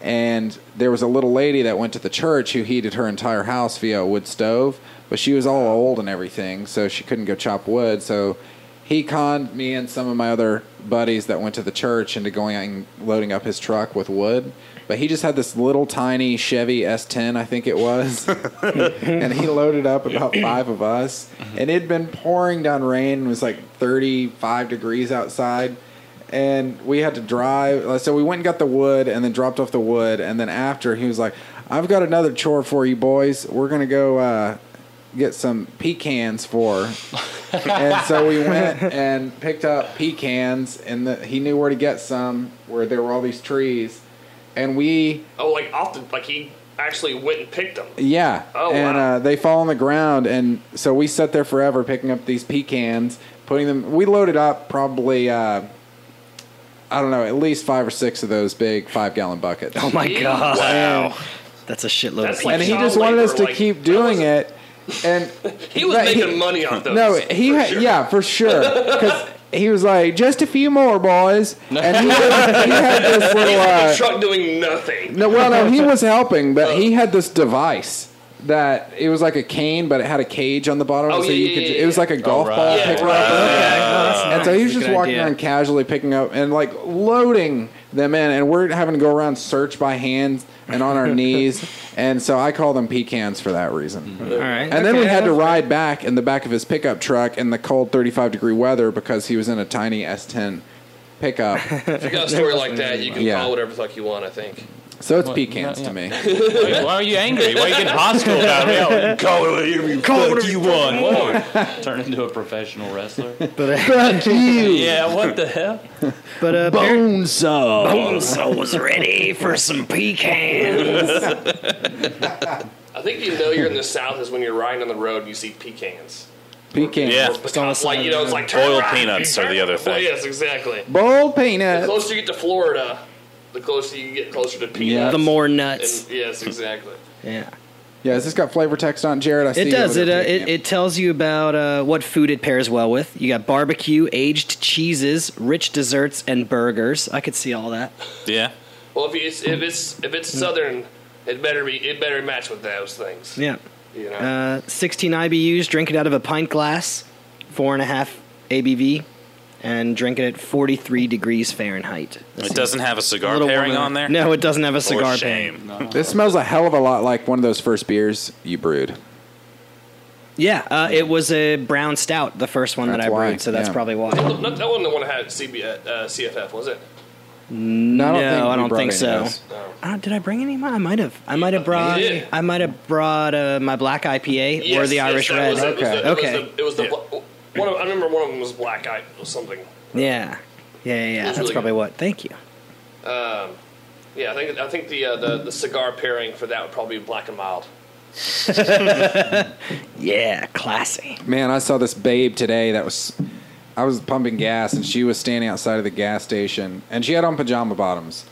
and there was a little lady that went to the church who heated her entire house via a wood stove, but she was all old and everything, so she couldn't go chop wood. So he conned me and some of my other buddies that went to the church into going out and loading up his truck with wood. But he just had this little tiny Chevy S10, I think it was. and he loaded up about five of us. And it had been pouring down rain. It was like 35 degrees outside. And we had to drive. So we went and got the wood and then dropped off the wood. And then after, he was like, I've got another chore for you boys. We're going to go uh, get some pecans for. and so we went and picked up pecans. And the, he knew where to get some, where there were all these trees. And we Oh, like off the like he actually went and picked them. Yeah. Oh, and wow. uh, they fall on the ground, and so we sat there forever picking up these pecans, putting them. We loaded up probably, uh, I don't know, at least five or six of those big five gallon buckets. Oh my Jeez. god. Wow. That's a shitload That's of like- and he child just wanted labor, us to like, keep that doing wasn't- it. And He was but making money off those. No, he for had, sure. yeah, for sure. 'Cause he was like, just a few more, boys. And he, was, he had this little. The Uh, truck doing nothing. No, well, no, he was helping, but he Oh. had this device that it was like a cane, but it had a cage on the bottom, Oh, so yeah, you yeah, could. yeah, ju- it was yeah. like a golf right. ball Yeah, picker right. up. And so he was That's a just good walking idea. around casually picking up and like loading them in, and we're having to go around search by hand and on our knees, and so I call them pecans for that reason. Mm-hmm. All right. And then we had to ride back in the back of his pickup truck in the cold 35 degree weather because he was in a tiny S10 pickup. If you got a story like that, you can Yeah. call whatever the fuck you want. I think. So it's What? pecans Yeah, to me. Wait, why are you angry? Why are you getting hostile about it? Call it whatever you, call you want. Lord, turn into a professional wrestler. yeah, what the hell? But uh, apparent- uh, Bonzo was ready for some pecans. I think you know you're in the south is when you're riding on the road and you see pecans. Pecans. Yeah. Or pecans, like you know, it's like turn Boiled right, peanuts are the other Well, thing. yes, exactly. Bold The peanuts. closer you get to Florida, the closer you get closer to peanuts. the more And, nuts. yes, exactly. Yeah. Yeah, has this got flavor text on it? Jared? I see It you does. over It, uh, there it peeking. it tells you about uh, what food it pairs well with. You got barbecue, aged cheeses, rich desserts, and burgers. I could see all that. Yeah. Well, if it's if it's if Hmm. it's southern, it better be it better match with those things. Yeah. You know. Uh, 16 IBUs. Drink it out of a pint glass. Four and a half ABV, and drink it at 43 degrees Fahrenheit. It doesn't have a A cigar little pairing warmer. on there. No, it doesn't have a For cigar pairing. shame. This smells a hell of a lot like one of those first beers you brewed. Yeah, uh, it was a brown stout, the first one That's that I why, brewed, so that's yeah. probably why. Look, not that one the one I had at CB, uh, CFF was it? Um, No, No, we I don't brought think any so. of those. No. Uh, did I bring any? of mine? I might have. I might have brought. You did. I might have brought uh, my black IPA or Yes, the yes, Irish that Red. was it, it was Okay. the- it was Okay. the- It was the, bla- one. Of, I remember one of them was black eye or something. Yeah, yeah, yeah. yeah. was That's really probably good. what. Thank you. Yeah, I think I think the uh, the, the cigar pairing for that would probably be black and mild. Yeah, classy. Man, I saw this babe today that was. I was pumping gas and she was standing outside of the gas station and she had on pajama bottoms.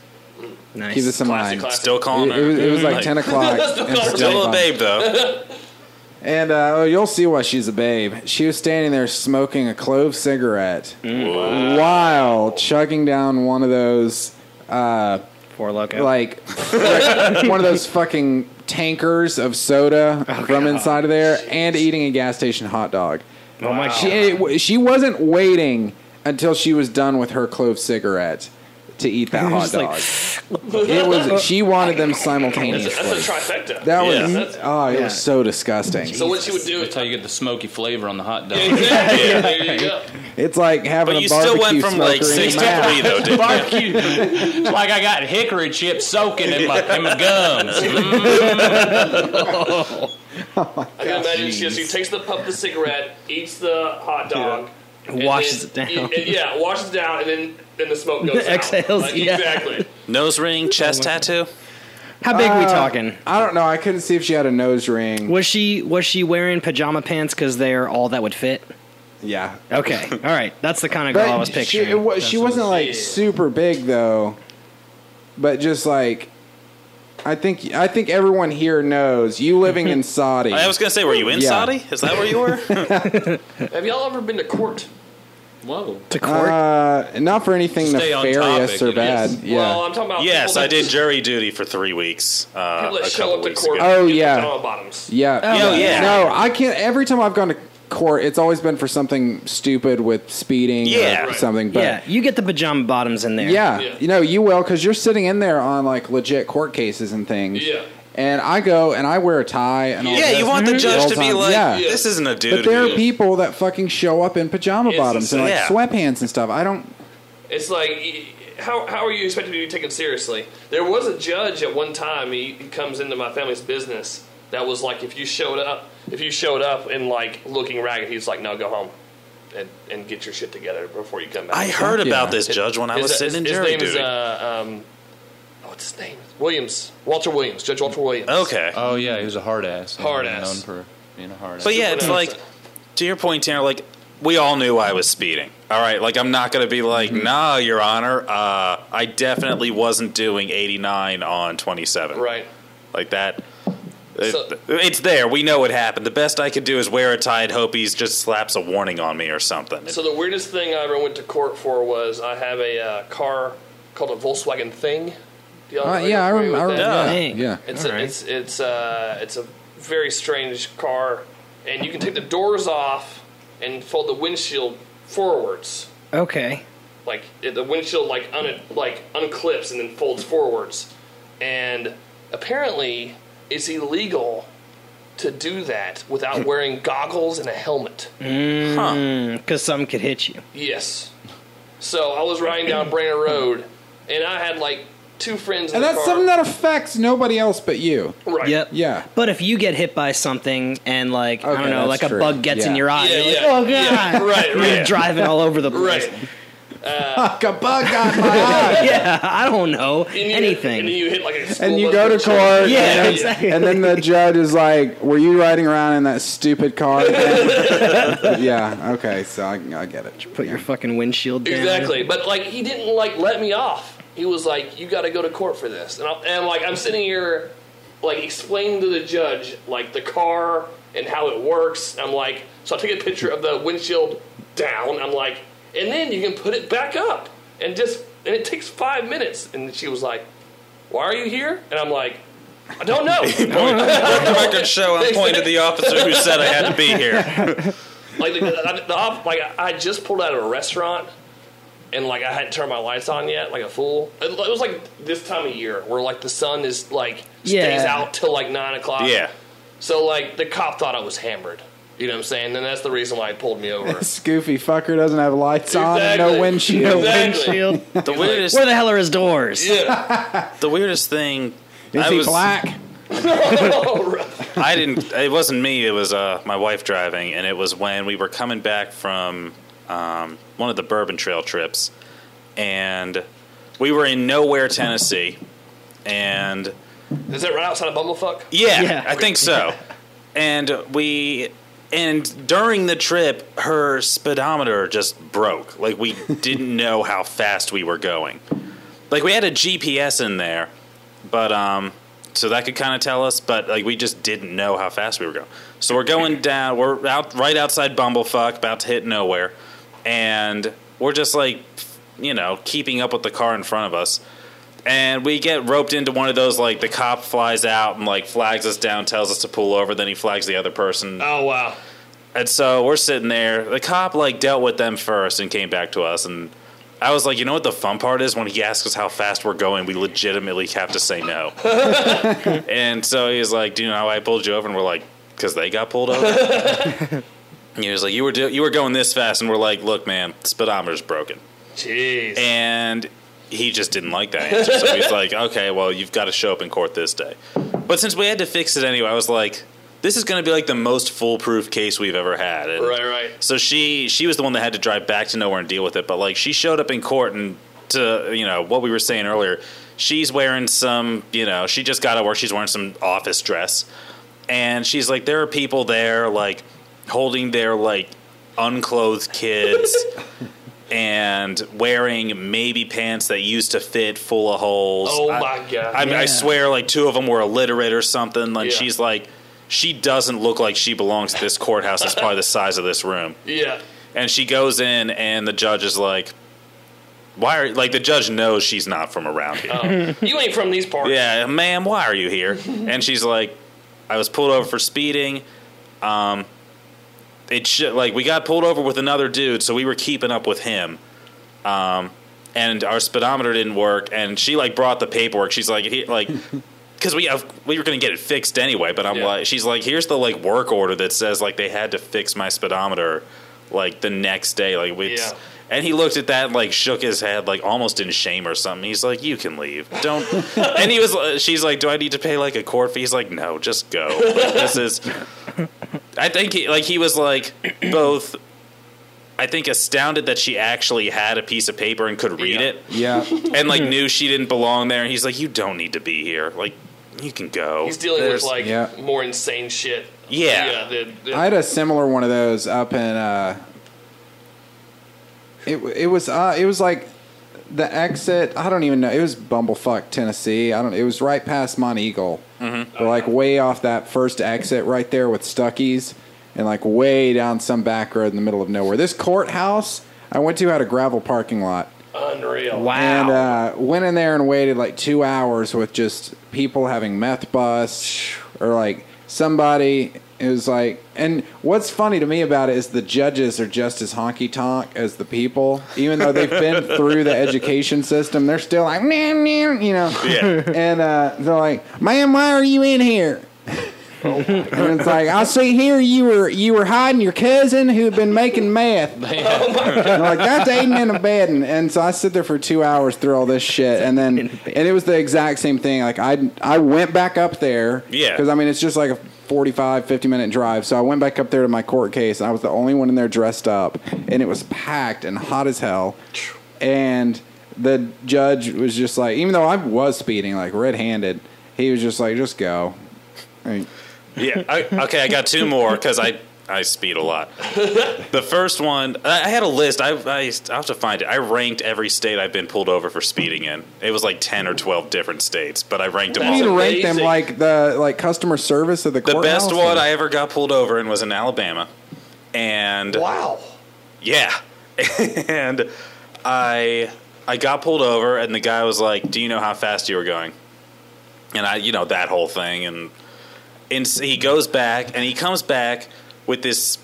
Nice. Keep this in Classy, mind. classy. Still calling It, it her. was, it was like Like, 10 o'clock. Still and she's Still a on. babe though. And uh, you'll see why she's a babe. She was standing there smoking a clove cigarette Mm. while chugging down one of those, Four loco. like, frick- one of those fucking tankers of soda Oh, from inside of there and eating a gas station hot dog. oh my She, god. it w- she wasn't waiting until she was done with her clove cigarette to eat that hot Just like- dog. it was she wanted them simultaneously. That's, a trifecta. That was Yeah. oh, it Yeah. was so disgusting. so what she would do That's is how you get the smoky flavor on the hot dog. exactly. There you go. It's like having But a you barbecue still went from like smoker in your six to mouth. three though, didn't you? Barbecue, like I got hickory chips soaking in my, in my gums. I can imagine she, she takes the puff the cigarette, eats the hot dog, and Washes then- it down. and- yeah, washes it down, and then then the smoke goes. out. Exhales, Like, yeah. Exactly. Nose ring, chest tattoo. How big we talking? I don't know. I couldn't see if she had a nose ring. Uh, Was she was she wearing pajama pants because they're all that would fit? Yeah, Okay, all right. That's the kind of girl I but was she, picturing. it wa- she wasn't like super big though. But just like, I think I think everyone here knows you living in Saudi. I was gonna say, were you in Yeah. Saudi? Is that where you were? Have y'all ever been to court? Whoa. to court. uh, not for anything Stay on nefarious topic, or it bad. is. Yeah. Well, I'm talking about. yes, people I that- did jury duty for three weeks. Uh, People that a show couple up to weeks court. ago. Oh, in yeah. Pajama bottoms. yeah. Oh, yeah. No, I can't. Every time I've gone to court, it's always been for something stupid with speeding Yeah. or Right. something. But yeah, you get the pajama bottoms in there. Yeah, Yeah. you know you will because you're sitting in there on like legit court cases and things. Yeah. and I go and I wear a tie and all Yeah, this you want the all judge to be Mm-hmm. time. like, yeah. Yeah. this isn't a dude. But there who- are people that fucking show up in pajama It's bottoms and like insane. sweatpants and stuff. I don't. It's like, y- how, how are you expected to be taken seriously? There was a judge at one time. He, he comes into my family's business. That was like, if you showed up, if you showed up and like looking ragged, he's like, no, go home, and and get your shit together before you come back. I heard Yeah. about this judge when I uh, His- was sitting in his, jury his name duty. is uh, um, oh, what's his name? Williams. Walter Williams. Judge Walter Williams. Okay. uh, Oh yeah, he was a hard ass. Hard Known ass. for being a hard ass. But yeah, it's Super like to your point, Tanner. Like we all knew I was speeding. All right, like I'm not gonna be like, nah, Your Honor. Uh, I definitely wasn't doing 89 on 27. Right. like that. It- So- it's there. We know what happened. The best I could do is wear a tie and hope he just slaps a warning on me or something. So the weirdest thing I ever went to court for was I have a uh, car called a Volkswagen Thing. Do Uh, y'all- are y'all yeah, I familiar with remember. that? Yeah, Dang. yeah. It's a, it's it's uh it's a very strange car, and you can take the doors off and fold the windshield forwards. Okay. Like it- the windshield like un like unclips and then folds forwards, and apparently it's illegal to do that without wearing goggles and a helmet. Because some could hit you. Yes. So I was riding down Brainerd Road, and I had like two friends. In And the that's car. something that affects nobody else but you. Right. Yep. Yeah. But if you get hit by something and like I Okay, don't know, that's like true. a bug gets in Yeah. your eye, Yeah, you're like, yeah. oh god, Yeah, right, you're right. driving all over the place. Right. Fuck, a bug got my eye. Yeah, I don't know And you- anything. And you hit like a And you go to court, Yeah, car. and, then- exactly. and then the judge is like, "Were you riding around in that stupid car?" again?" yeah. Okay. So I, I get it. Put your fucking windshield down. Exactly. But like he didn't like let me off. He was like, "You got to go to court for this," and, I, and like I'm sitting here, like explaining to the judge like the car and how it works. I'm like, so I take a picture of the windshield down. I'm like, and then you can put it back up, and just and it takes five minutes. And she was like, "Why are you here?" And I'm like, "I don't know." Let the record show I'm pointing at the officer who said I had to be here. like the, the, the op, like I had just pulled out of a restaurant and like I hadn't turned my lights on yet, like a fool. It, it was like this time of year where like the sun is like stays Yeah. out till like nine o'clock. Yeah. So like the cop thought I was hammered. You know what I'm saying? And that's the reason why he pulled me over. Scoofy fucker doesn't have lights on and no Exactly. windshield. Exactly. Shield. The weirdest, Where the hell are his doors? Yeah. the weirdest thing. Is I he was, black? Oh, right. I didn't. It wasn't me. It was uh, my wife driving, and it was when we were coming back from um, one of the Bourbon Trail trips, and we were in nowhere, Tennessee, and Is that right outside of Bumblefuck? Yeah, Yeah. I think so. and we and during the trip, her speedometer just broke. Like we didn't know how fast we were going. Like we had a GPS in there, but um, so that could kind of tell us. But like we just didn't know how fast we were going. So we're going down. We're out right outside Bumblefuck, about to hit nowhere, and we're just like, you know, keeping up with the car in front of us and we get roped into one of those like the cop flies out and like flags us down tells us to pull over then he flags the other person Oh wow. and so we're sitting there the cop like dealt with them first and came back to us and i was like you know what the fun part is when he asks us how fast we're going we legitimately have to say no and so he was like do you know how i pulled you over and we're like because they got pulled over And he was like you were do- you were going this fast and we're like look man the speedometer's broken Jeez. and he just didn't like that answer. So he's like, okay, well, you've got to show up in court this day. But since we had to fix it anyway, I was like, this is going to be like the most foolproof case we've ever had. And Right, right. So she she was the one that had to drive back to nowhere and deal with it. But like, she showed up in court and to you know what we were saying earlier, she's wearing some you know she just got out of work. She's wearing some office dress, and she's like, there are people there like holding their like unclothed kids. and wearing maybe pants that used to fit full of holes. Oh I- my God. I, mean, I swear, like two of them were illiterate or something. Like Yeah. she's like, she doesn't look like she belongs at this courthouse. It's probably the size of this room. yeah. And she goes in, and the judge is like, "Why are like the judge knows she's not from around here? Oh. You ain't from these parts. Yeah, ma'am, why are you here?" and she's like, "I was pulled over for speeding. Um, it should like we got pulled over with another dude, so we were keeping up with him." Um, and our speedometer didn't work and she like brought the paperwork she's like he, like because we have, we were gonna get it fixed anyway but i'm Yeah. like she's like here's the like work order that says like they had to fix my speedometer like the next day like we Yeah. and he looked at that and like shook his head like almost in shame or something he's like you can leave don't and he was uh, she's like do i need to pay like a court fee he's like no just go Like, this is i think he like he was like both I think, astounded that she actually had a piece of paper and could read Yeah. it, Yeah. and like knew she didn't belong there. And he's like, "You don't need to be here. Like, you can go." He's dealing There's- with like yeah. more insane shit. Yeah. the- the- I had a similar one of those up in. Uh, it it was uh, it was like the exit. I don't even know. It was Bumblefuck, Tennessee. I don't. It was right past Mont Eagle. Mm-hmm. Or like way off that first exit right there with Stuckey's, and like way down some back road in the middle of nowhere. This courthouse I went to had a gravel parking lot. unreal. And Wow. uh, went in there and waited like two hours with just people having meth busts or like somebody is like. And what's funny to me about it is the judges are just as honky tonk as the people, even though they've been through the education system. They're still like, nah, nah, you know. Yeah. And uh, they're like, "Ma'am, why are you in here?" and it's like, "I see here you were you were hiding your cousin who had been making meth." And I'm like that's aiding and abetting. And so I sit there for two hours through all this shit, and then and it was the exact same thing. Like I I went back up there, Yeah. because I mean it's just like a 45, 50 minute drive. So I went back up there to my court case, and I was the only one in there dressed up, and it was packed and hot as hell, and the judge was just like, even though I was speeding like red handed, he was just like, just go. I mean, Yeah. I, okay, I got two more because I I speed a lot. The first one, I I had a list. I I I'll have to find it. I ranked every state I've been pulled over for speeding in. It was like ten or twelve different states, but I ranked them That's you need all. to rank them amazing. like the like customer service of the The courthouse best or- one I ever got pulled over in was in Alabama, and Wow. yeah, and I I got pulled over, and the guy was like, "Do you know how fast you were going?" And I, you know, that whole thing, and and so he goes back, and he comes back with this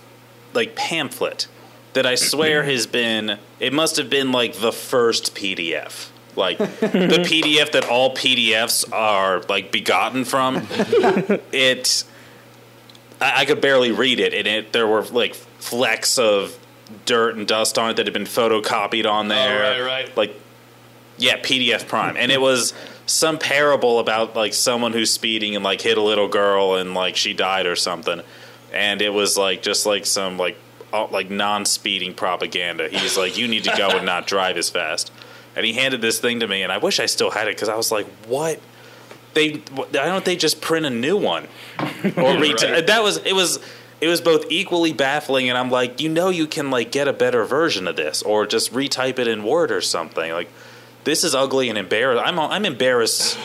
like pamphlet that I swear has been. It must have been like the first PDF. Like the PDF that all PDFs are like begotten from, it I, I could barely read it, and it there were like flecks of dirt and dust on it that had been photocopied on there. right, Oh, right. Like, yeah, PDF Prime, and it was some parable about like someone who's speeding and like hit a little girl and like she died or something, and it was like just like some like all, like non-speeding propaganda. He's like, you need to go and not drive as fast. And he handed this thing to me, and I wish I still had it because I was like, what? They, why don't they just print a new one? or retail. That was it was it was both equally baffling, and I'm like, you know, you can like get a better version of this, or just retype it in Word or something. Like, this is ugly and embarrassed. I'm I'm embarrassed.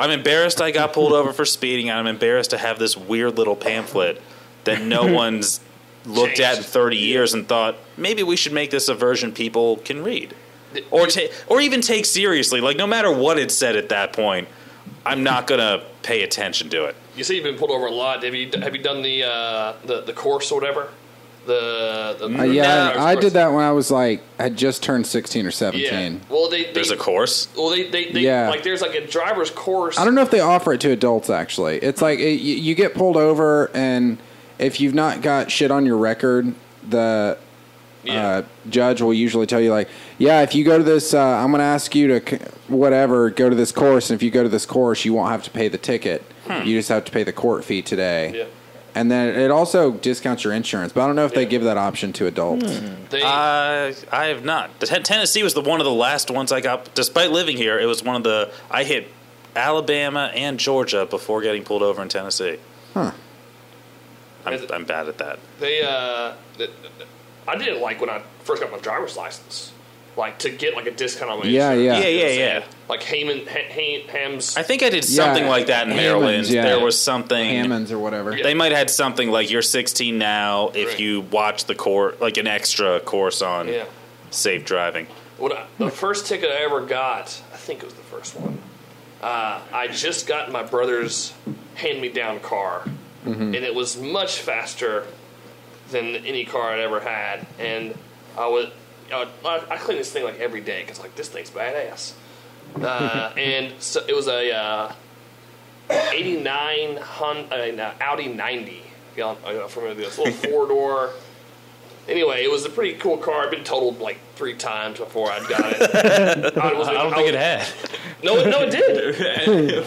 I'm embarrassed I got pulled over for speeding, and I'm embarrassed to have this weird little pamphlet that no one's looked at in 30 years and thought maybe we should make this a version people can read or ta- or even take seriously like no matter what it said at that point i'm not going to pay attention to it You say you've been pulled over a lot. Have you have you done the uh, the the course or whatever? The, the Uh, yeah, the- I did that when I was like I just turned sixteen or Yeah. seventeen. Well, they, they There's a course. Well, they they, they Yeah. like there's like a driver's course. I don't know if they offer it to adults. Actually, it's like it, you, you get pulled over, and if you've not got shit on your record, the uh, judge will usually tell you like, yeah, if you go to this, uh, I'm going to ask you to c- whatever go to this course, and if you go to this course, you won't have to pay the ticket. You just have to pay the court fee today. Hmm. Yeah. And then it also discounts your insurance, but I don't know if they Yeah. give that option to adults. They, Uh, I have not. The Ten- Tennessee was the one of the last ones I got. Despite living here, it was one of the I hit Alabama and Georgia before getting pulled over in Tennessee. Huh. I'm, I'm bad at that. they uh, th- th- I didn't like when I first got my driver's license, like to get like a discount on my Yeah, yeah. insurance, you know Yeah, what I'm yeah, saying? yeah. Like Heyman, ha- ha- Ham's. I think I did something like that in Hammonds, Maryland. yeah. There was something. Hammonds or whatever. They might had something like you're 16 now if Right. you watch the court like an extra course on yeah. safe driving. When I, the first ticket I ever got, I think it was the first one. Uh, I just got my brother's hand-me-down car, Mm-hmm. and it was much faster than any car I'd ever had. And I was, I, I clean this thing like every day because like this thing's badass. Uh, and so it was a uh, '89 Hun, uh, no, Audi 90. Y'all, I don't know if I'm familiar with this little four-door. Anyway, it was a pretty cool car. I'd been totaled like three times before I'd got it. I, was, I don't think it had. No, it- no, it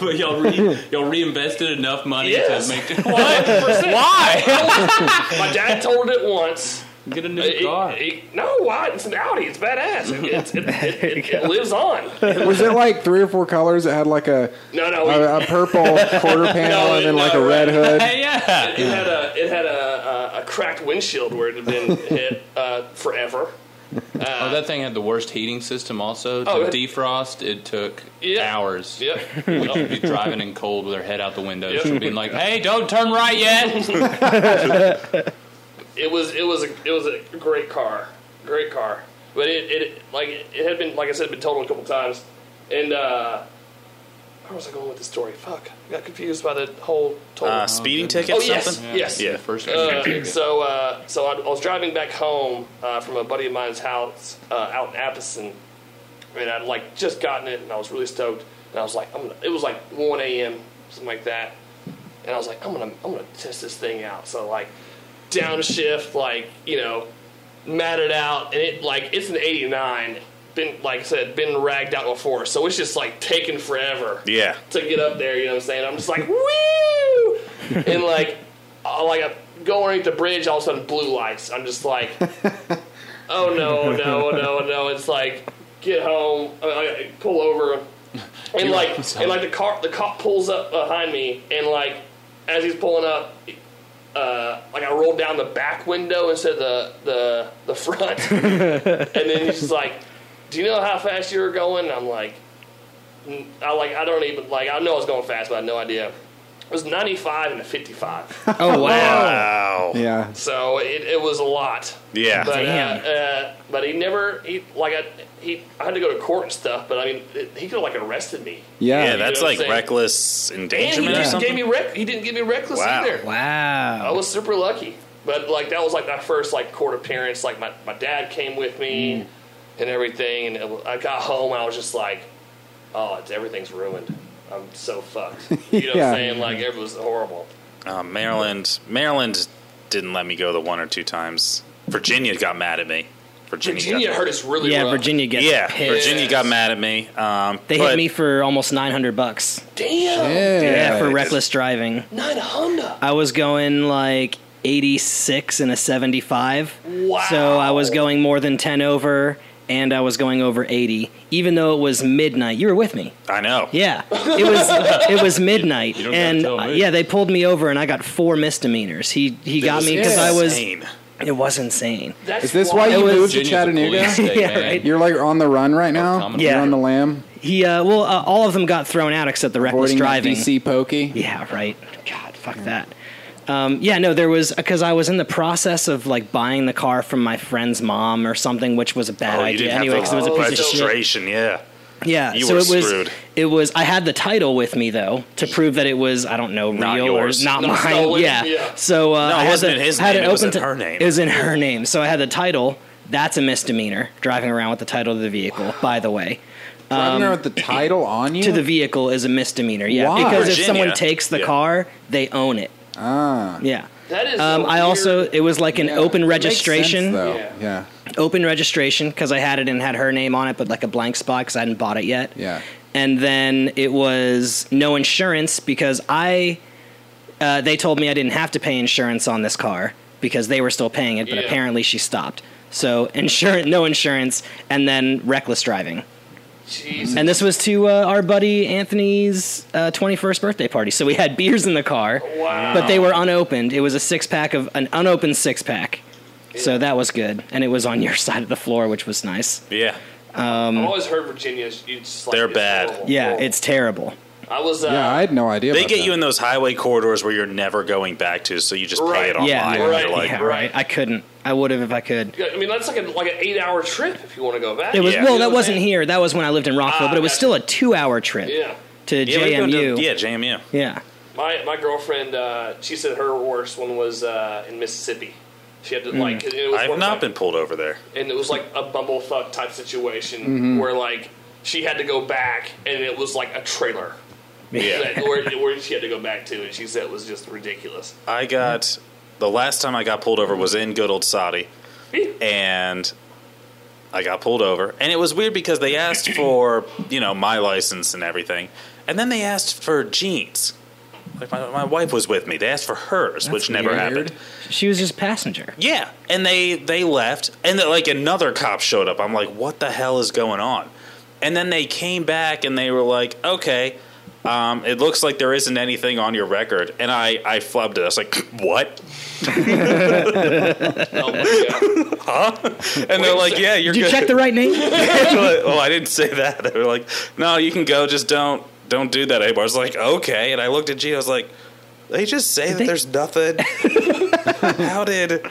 did. y'all, re, y'all reinvested enough money Yes. to make. What? Why? Why? My dad told it once, Get a new It- car. it- no, why? It's an Audi. It's badass. It, it's- it, it, it, it lives on. Was it like three or four colors that had like a No, no. we- a, a purple quarter panel No, and then no, like a red hood? yeah. It had a it had a, a, a cracked windshield where it had been hit uh, forever. Oh, that thing had the worst heating system. Also, to Oh, it- defrost, it took Yeah. hours. Yep. We should be driving in cold with her head out the window. She'd be like, "Hey, don't turn right yet." It was it was a, it was a great car, great car. But it, it like it had been like I said been totaled a couple times, and uh, where was I going with the story? Fuck, I got confused by the whole total. Uh, speeding goodness. ticket? Oh, yes. something? Yes. Yeah. First, Uh, so uh, so I, I was driving back home uh, from a buddy of mine's house uh, out in Appison, and I'd like just gotten it, and I was really stoked. And I was like, I'm gonna, it was like 1 a.m. something like that, and I was like, I'm gonna I'm gonna test this thing out. So like downshift, like you know, matted out, and it like it's an 89. Been like I said, been ragged out before, so it's just like taking forever Yeah. to get up there. You know what I'm saying? I'm just like woo, and like I like I go underneath the bridge. All of a sudden, blue lights. I'm just like, oh no, no, no, oh, no. It's like get home. I, I- I pull over, and like and like the car the cop pulls up behind me, and like as he's pulling up. Uh, like I rolled down the back window instead of the the, the front, and then he's just like, "Do you know how fast you were going?" And I'm like, I like I don't even like I know I was going fast, but I had no idea. It was 95 and a 55, Oh wow! Wow. Yeah. so it, it was a lot. Yeah. But, uh, Damn. uh, but he never he like I he I had to go to court and stuff, but I mean it, he could have like arrested me. Yeah. Yeah, You that's know what like I'm saying? reckless And he endangerment or just something. gave me rec- he didn't give me reckless Wow. either. I Wow. was super lucky. But like that was like my first like court appearance. Like my, my dad came with me Mm. and everything, and it, wa- I got home and I was just like, oh, it's, everything's ruined. I'm so fucked. You know what Yeah. I'm saying? Like it was horrible. Uh, Maryland, Maryland didn't let me go the one or two times. Virginia got mad at me. Virginia, Virginia got, hurt us really. Yeah, rough. Virginia gets Yeah, pissed. Virginia got mad at me. Um, They but hit me for almost 900 bucks. Damn. Yeah, Yeah. for reckless driving. Nine Honda. I was going like 86 and a 75. Wow. So I was going more than 10 over and I was going over 80 even though it was midnight. You were with me. I know. Yeah. It was it was midnight don't gotta and tell me. yeah, they pulled me over and I got four misdemeanors. He he got me cuz I was Insane. it was insane. That's Is this why wild. you was- moved to Chattanooga? Yeah, right. You're like on the run right now. common. You're Yeah. on the lamb, He uh, well uh, all of them got thrown out except the reckless avoiding that driving. DC pokey. Yeah, right. God, fuck that. Um, yeah, no, there was because I was in the process of like buying the car from my friend's mom or something, which was a bad Oh, you idea didn't have anyway the because it was a piece of shit. registration. Yeah. Yeah, You so were it was. screwed. It was. I had the title with me though to prove that it was. I don't know, real Not yours. or not, Not mine. stolen, Yeah. yeah. So uh, No, it I had wasn't the- in his had name, it was open in to- her name. It was in her name. So I had the title. That's a misdemeanor. Driving around with the title of the vehicle. By the way, Driving around with the title on you. Um, to the vehicle is a misdemeanor. Yeah, Why? because if Virginia. someone takes the Yeah. car, they own it. Ah. Yeah. That is. Um, a I weird- also it was like an Yeah. open It makes sense, registration, though. Yeah. Yeah. open registration because I had it and had her name on it, but like a blank spot because I hadn't bought it yet. Yeah. And then it was no insurance because I, uh, they told me I didn't have to pay insurance on this car because they were still paying it, but Yeah. apparently she stopped. So insurance, no insurance, and then reckless driving. Jeez. And this was to uh, our buddy Anthony's uh, 21st birthday party. So we had beers in the car, Wow. but they were unopened. It was a six pack of an unopened six pack. So that was good. And it was on your side of the floor, which was nice. Yeah. I've always heard Virginia's. you just, like, They're it's bad. horrible, Yeah, horrible. it's terrible. I was. Uh, Yeah, I had no idea. They about get that. you in those highway corridors where you're never going back to, so you just Right. pay it online. Yeah. and Right. You're like, yeah, right. I couldn't. I would have if I could. I mean, that's like a, like an eight-hour trip if you want to go back. It was Yeah. well, You know that what I'm wasn't saying? here. That was when I lived in Rockville, Ah, but it was gotcha. still a two-hour trip Yeah. to yeah, we go JMU. to- yeah, JMU. yeah. My my girlfriend, uh, she said her worst one was uh, in Mississippi. She had to like. It was I've one Hmm. not time- been pulled over there. and it was like a bumblefuck type situation Mm-hmm. where like she had to go back, and it was like a trailer. Yeah. That, where, where she had to go back to, and she said it was just ridiculous. I got the last time I got pulled over was in good old Saudi, and I got pulled over, and it was weird because they asked for you know my license and everything, and then they asked for jeans. Like my, my wife was with me. They asked for hers, which never weird. happened. She was just passenger. Yeah, and they they left, and then, like another cop showed up. I'm like, what the hell is going on? And then they came back and they were like, okay, um, it looks like there isn't anything on your record. And I I flubbed it. I was like, what? Oh my God. And they're like, yeah, you're Did you good. check the right name? oh, I didn't say that. They were like, no, you can go. Just don't don't do that anymore. I was like, okay. And I looked at G. I was like, they just say that they- there's nothing. How did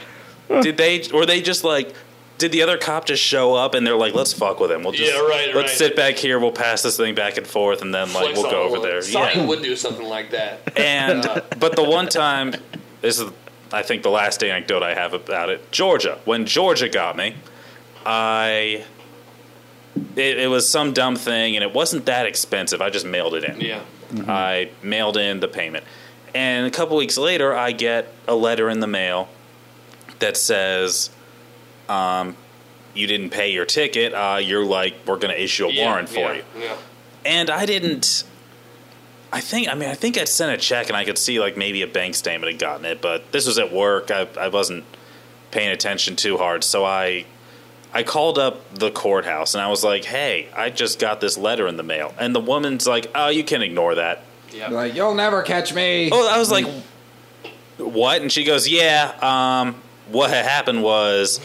did they were they just like? Did the other cop just show up and they're like, "Let's fuck with him. We'll just Yeah, right, right. let's sit back here. We'll pass this thing back and forth, and then like Flex we'll on go the over world. there." Sonic would do something like that. And uh, but the one time, this is I think the last anecdote I have about it. Georgia, when Georgia got me, I it, it was some dumb thing, and it wasn't that expensive. I just mailed it in. Yeah. Mm-hmm. I mailed in the payment, and a couple weeks later, I get a letter in the mail that says, um, "You didn't pay your ticket. Uh, you're like we're going to issue a Yeah, warrant for yeah, you." Yeah. and I didn't. I think I mean I think I'd sent a check and I could see like maybe a bank statement had gotten it, but this was at work. I I wasn't paying attention too hard, so I I called up the courthouse and I was like, "Hey, I just got this letter in the mail," and the woman's like, "Oh, you can ignore that." Like, you'll never catch me. Oh, I was like, "What?" And she goes, "Yeah. Um, what had happened was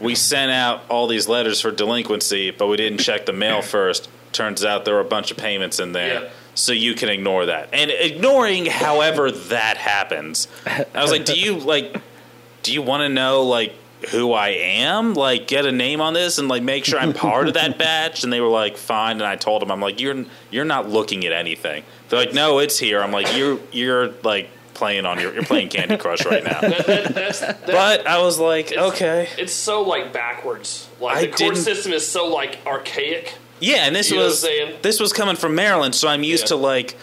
we sent out all these letters for delinquency, but we didn't check the mail first. Turns out there were a bunch of payments in there." Yeah. So you can ignore that, and ignoring however that happens, I was like, "Do you like? Do you want to know like who I am? Like, get a name on this and like make sure I'm part of that batch?" And they were like, "Fine." And I told them, "I'm like, you're you're not looking at anything." They're like, "No, it's here." I'm like, "You're you're like playing on your you're playing Candy Crush right now." That's, that's, But I was like, "Okay, It's so like backwards. Like I the court didn't- system is so like archaic. yeah." And this You know what was I'm saying? this was coming from Maryland, so I'm used Yeah. to like.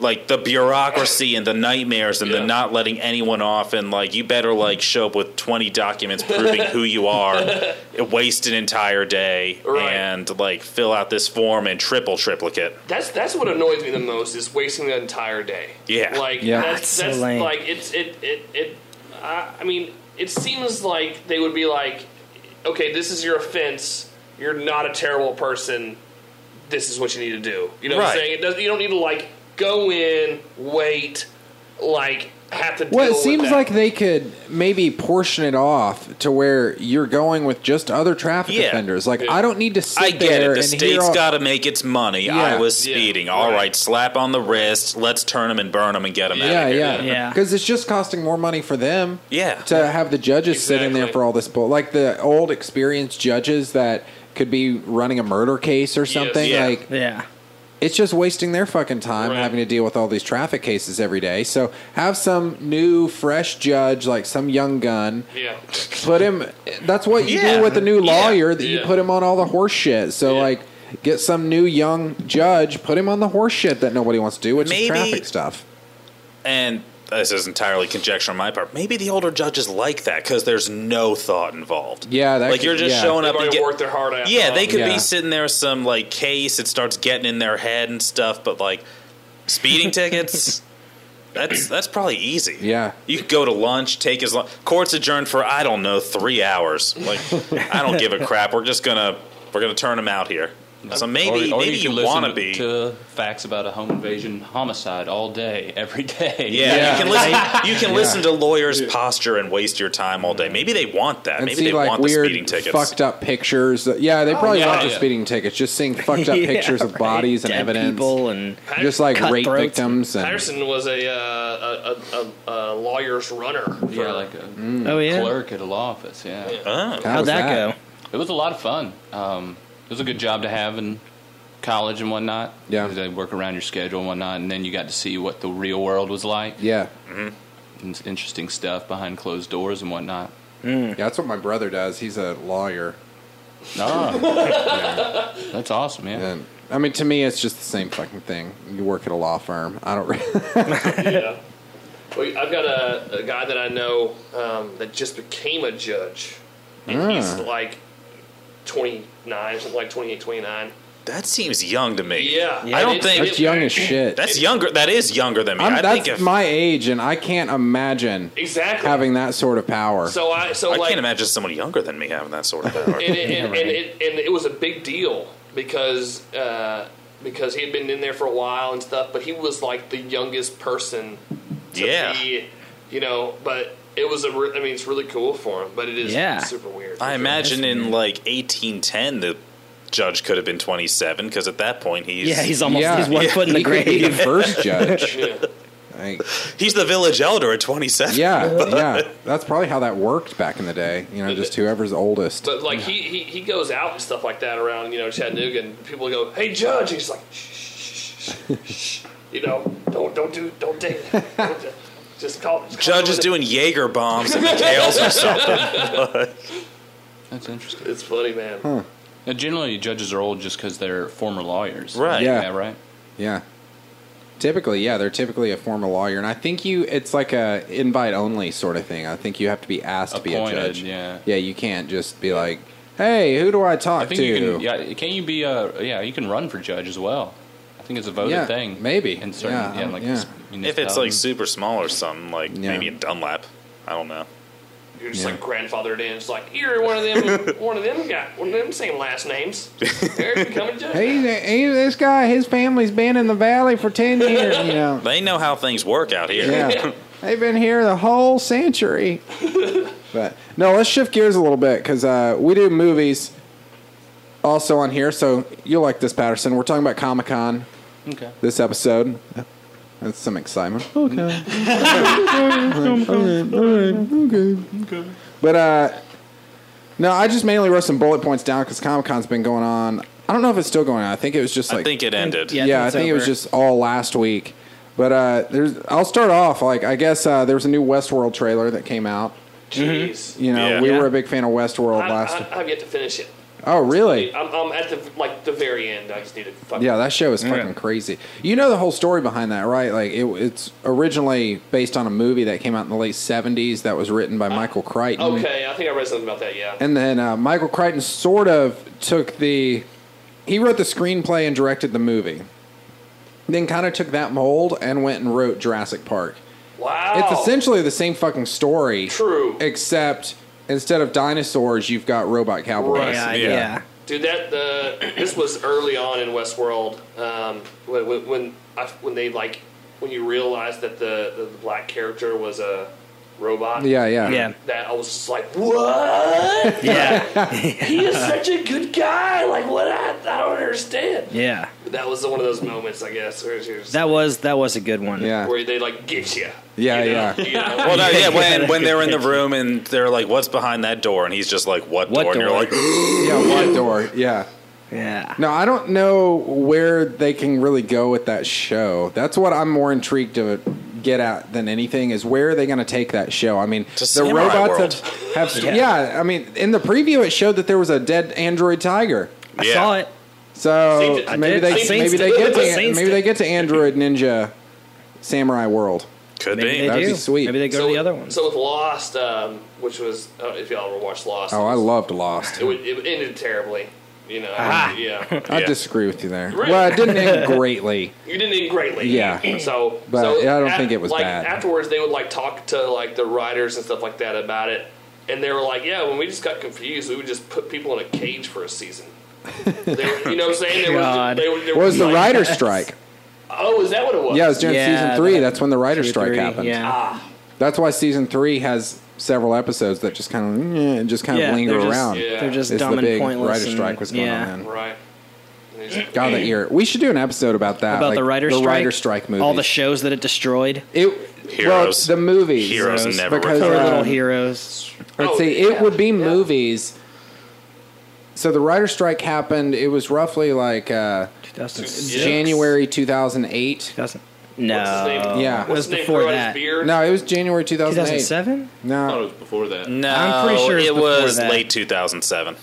Like the bureaucracy and the nightmares and Yeah. the not letting anyone off and like you better like show up with twenty documents proving who you are, waste an entire day Right. and like fill out this form and triple triplicate. That's that's what annoys me the most is wasting the entire day. Yeah. like Yeah. that's, That's so that's lame. like it's it it it. I I mean, it seems like they would be like, okay, this is your offense. You're not a terrible person. This is what you need to do. You know what I'm Right. saying? It does, you don't need to like go in, wait, like have to. Deal Well, it with seems that. like they could maybe portion it off to where you're going with just other traffic Yeah. offenders. Like, Yeah. I don't need to sit I get there it. The and hear state's all- got to make its money. Yeah. I was Yeah. speeding. All Right. right. slap on the wrist. Let's turn them and burn them and get them out Yeah, of here. yeah, Yeah. Because it's just costing more money for them. Yeah. To have the judges sit in there Exactly. for all this bull, like the old experienced judges that could be running a murder case or something. Yeah. Like Yeah. it's just wasting their fucking time Right. having to deal with all these traffic cases every day. So have some new, fresh judge, like some young gun, yeah, put him. That's what you Yeah. do with a new lawyer that you Yeah. put him on all the horse shit. So Yeah. like. Get some new young judge, put him on the horse shit that nobody wants to do, which Maybe- is traffic stuff. And this is entirely conjecture on my part. Maybe the older judges like that because there's no thought involved. Yeah, that like could- you're just yeah. showing they've up. And already get, worked their heart out. yeah, they could Yeah. be sitting there some like case. It starts getting in their head and stuff. But like speeding tickets. That's that's probably easy. Yeah. you could go to lunch, take as long. Court's adjourned for I don't know three hours. Like I don't give a crap. We're just gonna we're gonna turn them out here. So maybe Or- or maybe you, can want to listen be. to facts about a home invasion homicide all day, every day. yeah, Yeah. you can listen. You can listen to lawyers posture and waste your time all day. Maybe they want that. and Maybe see they like want the weird speeding tickets. fucked up pictures. Yeah, they probably yeah, want the yeah. speeding tickets. Just seeing fucked up Yeah, pictures of right. bodies and Dead evidence, People and just like rape cutthroats. victims. And Patterson was a, uh, a, a, a, a lawyer's runner. For, Yeah, like a Mm. Hmm. Oh yeah. clerk at a law office. Yeah. Oh. How How'd was that, go? it was a lot of fun. Um, it was a good job to have in college and whatnot. Yeah. they work around your schedule and whatnot, and then you got to see what the real world was like. Yeah. And it's interesting stuff behind closed doors and whatnot. yeah, that's what my brother does. He's a lawyer. Oh, that's awesome, yeah. And I mean, to me, it's just the same fucking thing. You work at a law firm. I don't. Re- yeah. Well, I've got a, a guy that I know um, that just became a Mm. judge. And he's like 29, something like 28, 29. that seems young to me. Yeah. I don't It's- think That's young as shit. that's younger. That is younger than me. I'm, i that's think if my age, and I can't imagine Exactly. having that sort of power. so I so I like can't imagine someone younger than me having that sort of power. and it, and, and, it, and it was a big deal because uh, because he had been in there for a while and stuff, but he was like the youngest person to yeah. be, you know. But it was a, re- I mean, it's really cool for him, but it is Yeah. super weird. I imagine in like 1810 the judge could have been 27 because at that point he's Yeah, he's almost Yeah. he's one foot in the he could be the grave. first judge. Yeah. Like, he's the village elder at 27. yeah, yeah. That's probably how that worked back in the day. You know, just whoever's oldest. But like he, he he goes out and stuff like that around you know Chattanooga, and people go, "Hey, judge," he's like, shh, shh, shh, shh, shh. you know, don't don't do don't date, Don't do- just call. just call Judge it is what it- doing Jaeger bombs and tails or something. That's interesting. It's funny, man. Now, generally, judges are old just because they're former lawyers. Right. Yeah. Yeah. right. Yeah. Typically, yeah, they're typically a former lawyer, and I think you it's like a invite only sort of thing. I think you have to be asked to be a Appointed, judge. yeah. yeah, you can't just be like, "Hey, who do I talk I think to?" you can. Yeah, can't you be? Uh, yeah, you can run for judge as well. I think it's a voted Yeah, thing. maybe. In certain, Yeah, yeah, um, like yeah. if it's Um, like super small or something, like Yeah. maybe in Dunlap. I don't know. You're just Yeah. like grandfathered in. It's like you're one of them, one of them got one of them same last names. Eric, come and judge. Hey, hey, this guy, his family's been in the valley for ten years. You know, They know how things work out here. yeah, they've been here the whole century. But no, let's shift gears a little bit because uh, we do movies also on here. So you like this, Patterson? We're talking about Comic Con okay. this episode. That's some excitement. Okay. But uh, no, I just mainly wrote some bullet points down because Comic Con's been going on. I don't know if it's still going on. I think it was just like I think it ended. yeah. yeah, I it's think it was over. just all last week. But uh, there's, I'll start off like I guess uh, there was a new Westworld trailer that came out. Jeez, You know, Yeah. we Yeah. were a big fan of Westworld I, last. I, I've yet to finish it. oh, really? I'm, I'm at the like the very end. I just need to fucking Yeah, that show is fucking crazy. You know the whole story behind that, right? Like it, it's originally based on a movie that came out in the late '70s that was written by Michael Crichton. Okay, I think I read something about that. Yeah. And then uh, Michael Crichton sort of took the. He wrote the screenplay and directed the movie. Then kind of took that mold and went and wrote Jurassic Park. Wow. It's essentially the same fucking story. Oh. True. Except instead of dinosaurs, you've got robot cowboys. Right. yeah, Yeah. yeah. Dude, that the this was early on in Westworld um, when when when, I, when they like when you realized that the, the, black character was a robot. Yeah, yeah. Yeah. That I was just like, what? Yeah. he is such a good guy. Like, what? I, I don't understand. Yeah. That was one of those moments, I guess, where, it's just- That was that was a good one. Yeah. where they like get you. Yeah, you know? Oh, yeah. You know? Well, no, yeah. When when they're in the room and they're like, "What's behind that door?" and he's just like, "What door?" What And you're door? like, Yeah, one door. Yeah. Yeah. No, I don't know where they can really go with that show. That's what I'm more intrigued to get at than anything is where are they going to take that show? I mean, the Samurai robots have, have yeah. I mean, in the preview it showed that there was a dead android tiger. I Yeah. saw it. So Seen it. maybe I they seen maybe it. they get I to seen maybe it. they get to Android Ninja Samurai World. "Could Maybe be." they That'd do. be sweet. Maybe they go to the other one. So with Lost, um, which was I don't know if y'all ever watched Lost. Oh, I loved Lost. It, would, it ended terribly. You know. Ah. Yeah. I Yeah. disagree with you there. Really? Well, it didn't end greatly. You didn't eat greatly. Yeah. So, But so I don't think it was like, bad. Afterwards, they would like talk to like the writers and stuff like that about it, and they were like, "Yeah, when we just got confused, we would just put people in a cage for a season." they were, you know what I'm saying? They God. were, they were, they What was the like- writer strike? Oh, is that what it was? Yeah, it was during Yeah, season three. that- That's when the writer strike Three, happened. Yeah. That's why season three has several episodes that just kind of eh, and just kind of Yeah, linger they're just- around. yeah. They're just It's dumb the big and pointless. writer and- strike was going yeah. on. Then. Right. And they just- God, that year we should do an episode about that. About like, the writer the strike. writer strike movie. All the shows that it destroyed. it, Heroes. well, the movies, Heroes never because Poor little um, heroes. Let's Oh, see. yeah, It would be yeah. movies. So the writer strike happened. It was roughly like uh, 2000. Six. January 2008. No. What's his name? Yeah. What's It was his name? before Grow out that. His beard? No, it was January 2008. 2007? I thought it No, was before that. No, I'm pretty sure it it was was before that. late 2007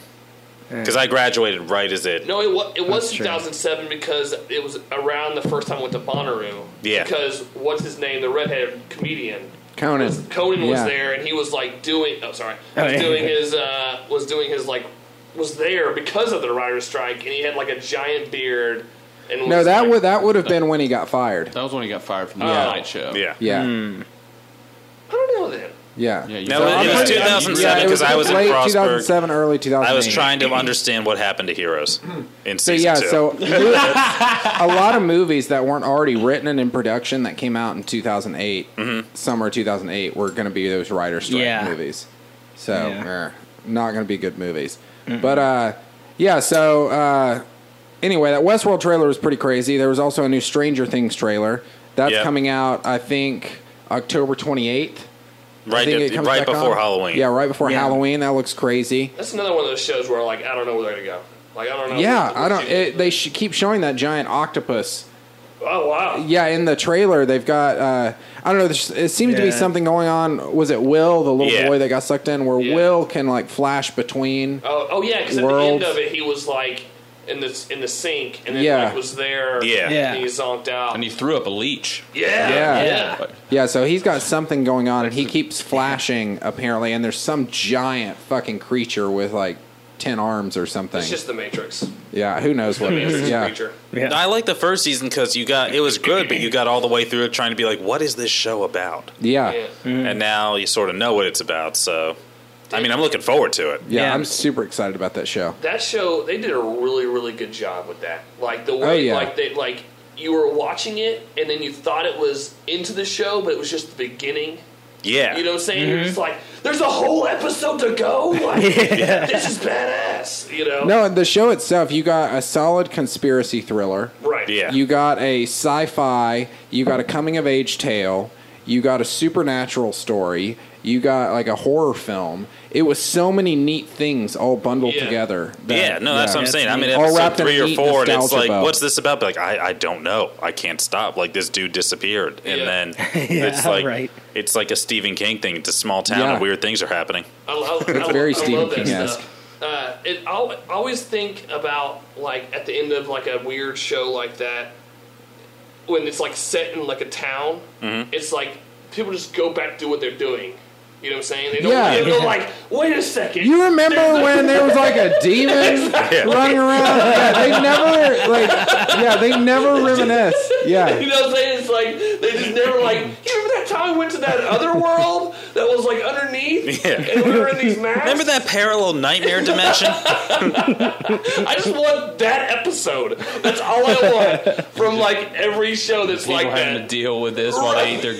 because I graduated right as it. No, it was, it was That's true. 2007 because it was around the first time I went to Bonnaroo. Yeah. Because what's his name, the redheaded comedian, Conan. Conan was Yeah. there, and he was like doing. Oh, sorry, Oh, was yeah. doing his uh, was doing his like was there because of the writer's strike, and he had like a giant beard. And No, was, that like- would that would have been when he got fired. That was when he got fired from the Yeah. Tonight Show. Yeah. Yeah, I don't know then. yeah. Yeah, you- No, So it- I'm it was pretty- 2007 because I was in late Frostburg. 2007, early 2008. I was trying to understand what happened to heroes in So season yeah, two. so a lot of movies that weren't already written and in production that came out in 2008, Mm-hmm. summer 2008, were going to be those writer strike Yeah. movies. So Yeah. eh, not going to be good movies. But uh, yeah, so uh, anyway, that Westworld trailer was pretty crazy. There was also a new Stranger Things trailer that's Yeah. coming out, I think, October 28th. I right, think at- it comes right back on. before Halloween. Yeah, right before Yeah. Halloween. That looks crazy. That's another one of those shows where like I don't know where they're gonna go. Like I don't know. Yeah, what- what I don't. you- It, they sh- keep showing that giant octopus. oh wow. Yeah, in the trailer they've got. Uh, I don't know. there's- It seems to be Yeah. something going on. Was it Will, the little Yeah. boy that got sucked in, where Yeah. Will can like flash between? Oh, oh yeah, because at the World. end of it, he was like in the in the sink, and then Yeah. like, was there. Yeah. Yeah. And he zonked out. And he threw up a leech. yeah. Yeah. Yeah. But Yeah, so he's got something going on, and he keeps flashing apparently. And there's some giant fucking creature with like ten arms or something. It's just the Matrix. yeah, who knows what it Matrix is? Yeah, creature. No, I like the first season because you got it was good, but you got all the way through it trying to be like, what is this show about? yeah, Yeah. yeah. And now you sort of know what it's about. So, I mean, I'm looking forward to it. Yeah. I'm super excited about that show. That show, they did a really, really good job with that. Like the way, Oh, yeah. like they, like you were watching it, and then you thought it was into the show, but it was just the beginning. Yeah, You know what I'm saying? Mm-hmm. You're just like, there's a whole episode to go. Like, this is badass. You know? No, and the show itself, you got a solid conspiracy thriller. Right. yeah. You got a sci-fi. You got a coming-of-age tale. You got a supernatural story. You got like a horror film. It was so many neat things all bundled Yeah. together. that- yeah, no, that's what I'm saying. I'm in All episode wrapped in three a or neat four, and it's nostalgia like, bow. what's this about? But like, I, I don't know. I can't stop. Like, this dude disappeared, and Yeah. then Yeah, it's like right. it's like a Stephen King thing. It's a small town, Yeah. and weird things are happening. I, love I, I, very I Stephen love that King-esque. stuff. Uh, it, I'll, I always think about like at the end of like a weird show like that when it's like set in like a town. It's like people just go back to what they're doing. You know what I'm saying? They don't, Yeah. they don't like wait a second. You remember when there was like a demon running around? Yeah, they never like. Yeah, they never reminisce. You Yeah, know what I'm saying? It's like they just never like. You remember that time we went to that other world that was like underneath, Yeah. and we were in these masks. Remember that parallel nightmare dimension? I just want that episode. That's all I want from like every show that's people like having that. to deal with this while they eat their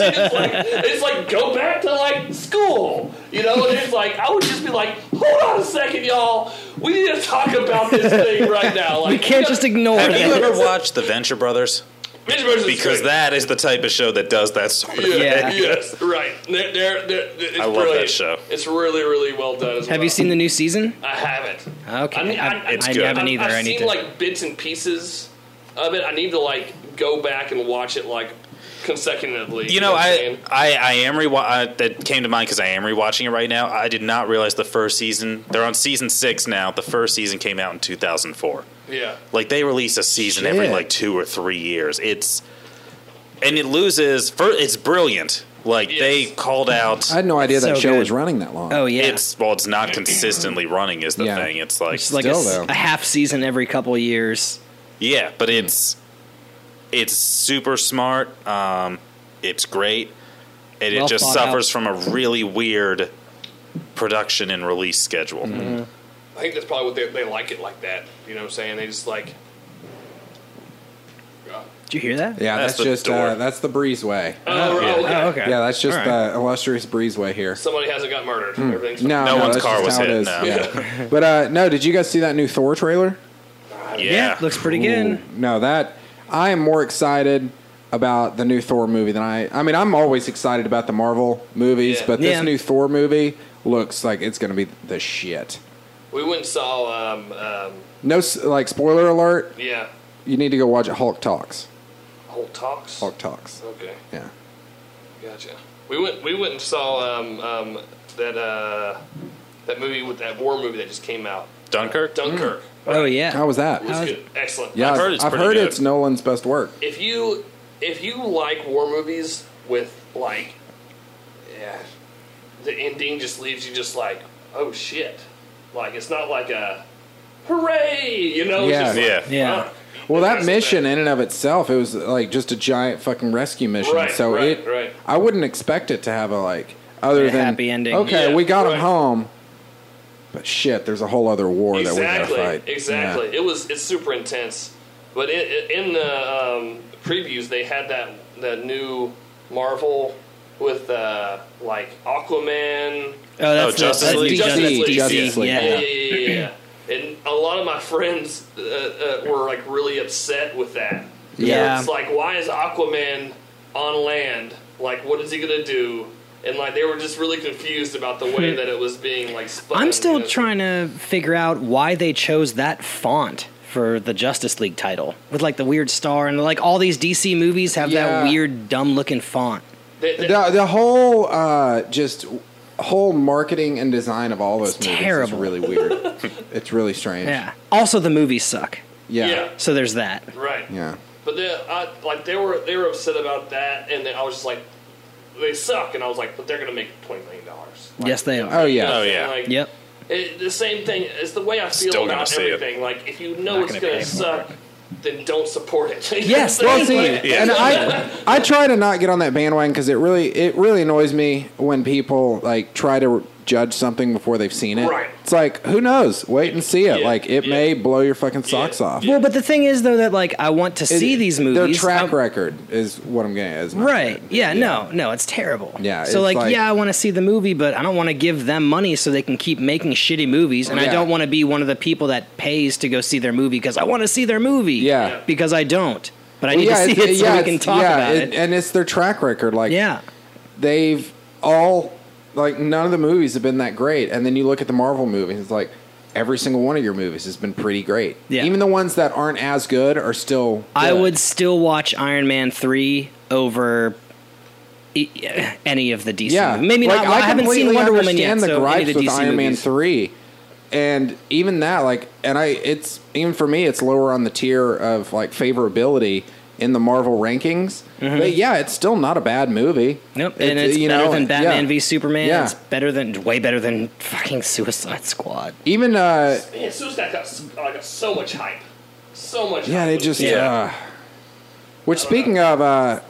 It's like, it's like go back to like school, you know. And it's like I would just be like, hold on a second, y'all. We need to talk about this thing right now. Like You can't just ignore Have you that. ever watched The Venture Brothers? Mitch versus Because Craig. that is the type of show that does that sort of Yeah, Yeah. Yes. Right. They're, they're, they're, it's I love that brilliant. show. It's really, really well done. As Have you seen the new season? I haven't. Okay, I mean, I- I, It's I good. haven't either. I've I need seen to. like bits and pieces of it. I need to like go back and watch it like consecutively. You know, what I'm I, saying? I I am rewa- I, that came to mind because I am rewatching it right now. I did not realize the first season. They're on season six now. The first season came out in 2004. yeah. Like they release a season every Shit. like two or three years. It's and it loses. For, it's brilliant. Like they Yes. called out. I had no idea that So show good. was running that long. oh yeah, it's, It's well, it's not consistently running is the Yeah. thing. It's like like a, still, s- though. a half season every couple years. Yeah, but it's it's super smart. Um, it's great, and Well it just thought suffers out. from a really weird production and release schedule. Mm-hmm. I think that's probably what they, they like it like that. You know what I'm saying? They just like. Did you hear that? yeah, That's that's, the just uh, door. that's the breezeway. Oh, yeah. okay. Oh, okay. Yeah, that's just All right. the illustrious breezeway here. Somebody hasn't got murdered. Everything's fine. Hmm. No, No one's that's car just was how it hit, is. no. Yeah. but uh, no, did you guys see that new Thor trailer? Yeah, yeah, looks pretty good. No, that I am more excited about the new Thor movie than I. I mean, I'm always excited about the Marvel movies, Yeah. but this Yeah. new Thor movie looks like it's going to be the shit. We went and saw. Um, um, No, s- like spoiler alert. yeah. You need to go watch it. Hulk talks. Whole talks. Hulk talks. Okay. Yeah. Gotcha. We went. We went and saw um, um, that uh, that movie with that war movie that just came out. Mm. Dunkirk. Dunkirk. Oh yeah. How was that? It was How's- good. Excellent. yeah, I've heard it's I've pretty heard good. it's Nolan's best work. if you if you like war movies with like yeah the ending just leaves you just like oh shit Like it's not like a hooray, you know? Yeah. It's just like, Yeah. Yeah. "Fuck." Well, And that that's the mission thing. in and of itself, it was like just a giant fucking rescue mission. Right, so right, it, right. I wouldn't expect it to have a like other A than happy ending. Okay, Yeah, we got right. him home, but shit, there's a whole other war that we exactly, gotta fight. exactly. It was it's super intense. But in, in in the um, previews, they had that that new Marvel with uh, like Aquaman. Oh, that's Oh, Justice that's League. Justice League, Justice League, Yeah. yeah, yeah, yeah, yeah. And a lot of my friends uh, uh, were like really upset with that. Yeah. it's like why is Aquaman on land? Like, what is he gonna do? And like, they were just really confused about the way that it was being like. Spun, I'm you still know? trying to figure out why they chose that font for the Justice League title with like the weird star and like all these DC movies have Yeah. that weird dumb looking font. They- they- The, the whole uh, just whole marketing and design of all those movies terrible. is really weird. it's really strange. Yeah. Also the movies suck. Yeah. Yeah. So there's that. right. Yeah. But then, I, like, they were they were upset about that, and then I was just like, they suck, and I was like, but they're gonna make twenty million dollars. yes they are. Oh yeah. Oh, yeah. Like, Yep. It, the same thing is the way I feel Still gonna about see it. everything. Like, if you know Not it's gonna gonna pay suck, then don't support it. You know Yes, what I'm Well, see, saying? Like, and I, I try to not get on that bandwagon because it really, it really annoys me when people like try to judge something before they've seen it. Right. It's like, who knows? Wait and see it. Yeah, like, it yeah. may blow your fucking socks off. Well, but the thing is though that like I want to It- see these movies. Their track I- record is what I'm getting. at, Is not Right. good. Yeah, No. No. It's terrible. Yeah, So it's like, like- yeah, I want to see the movie, but I don't want to give them money so they can keep making shitty movies, and Yeah. I don't want to be one of the people that pays to go see their movie because I want to see their movie. Yeah. Because I don't. But I need yeah, to see it's- it so yeah, we can it's- talk yeah, about it. and it's their track record. Like, yeah. they've all like none of the movies have been that great and then you look at the marvel movies it's like every single one of your movies has been pretty great Yeah. even the ones that aren't as good are still I good. would still watch Iron Man three over e- any of the DC. yeah movies. Maybe like, not. I, haven't seen completely Wonder Woman yet. understand the so gripes any of the with DC iron man movies. 3 and even that like and i it's even for me it's lower on the tier of like favorability in the marvel rankings but yeah it's still not a bad movie Mm-hmm. Nope, and it's better than Batman yeah. v Superman. yeah. It's better than way better than fucking Suicide Squad. even uh Man, Suicide got s- like got so much hype, so much. Yeah, hype they with just. it. Uh, which speaking of uh,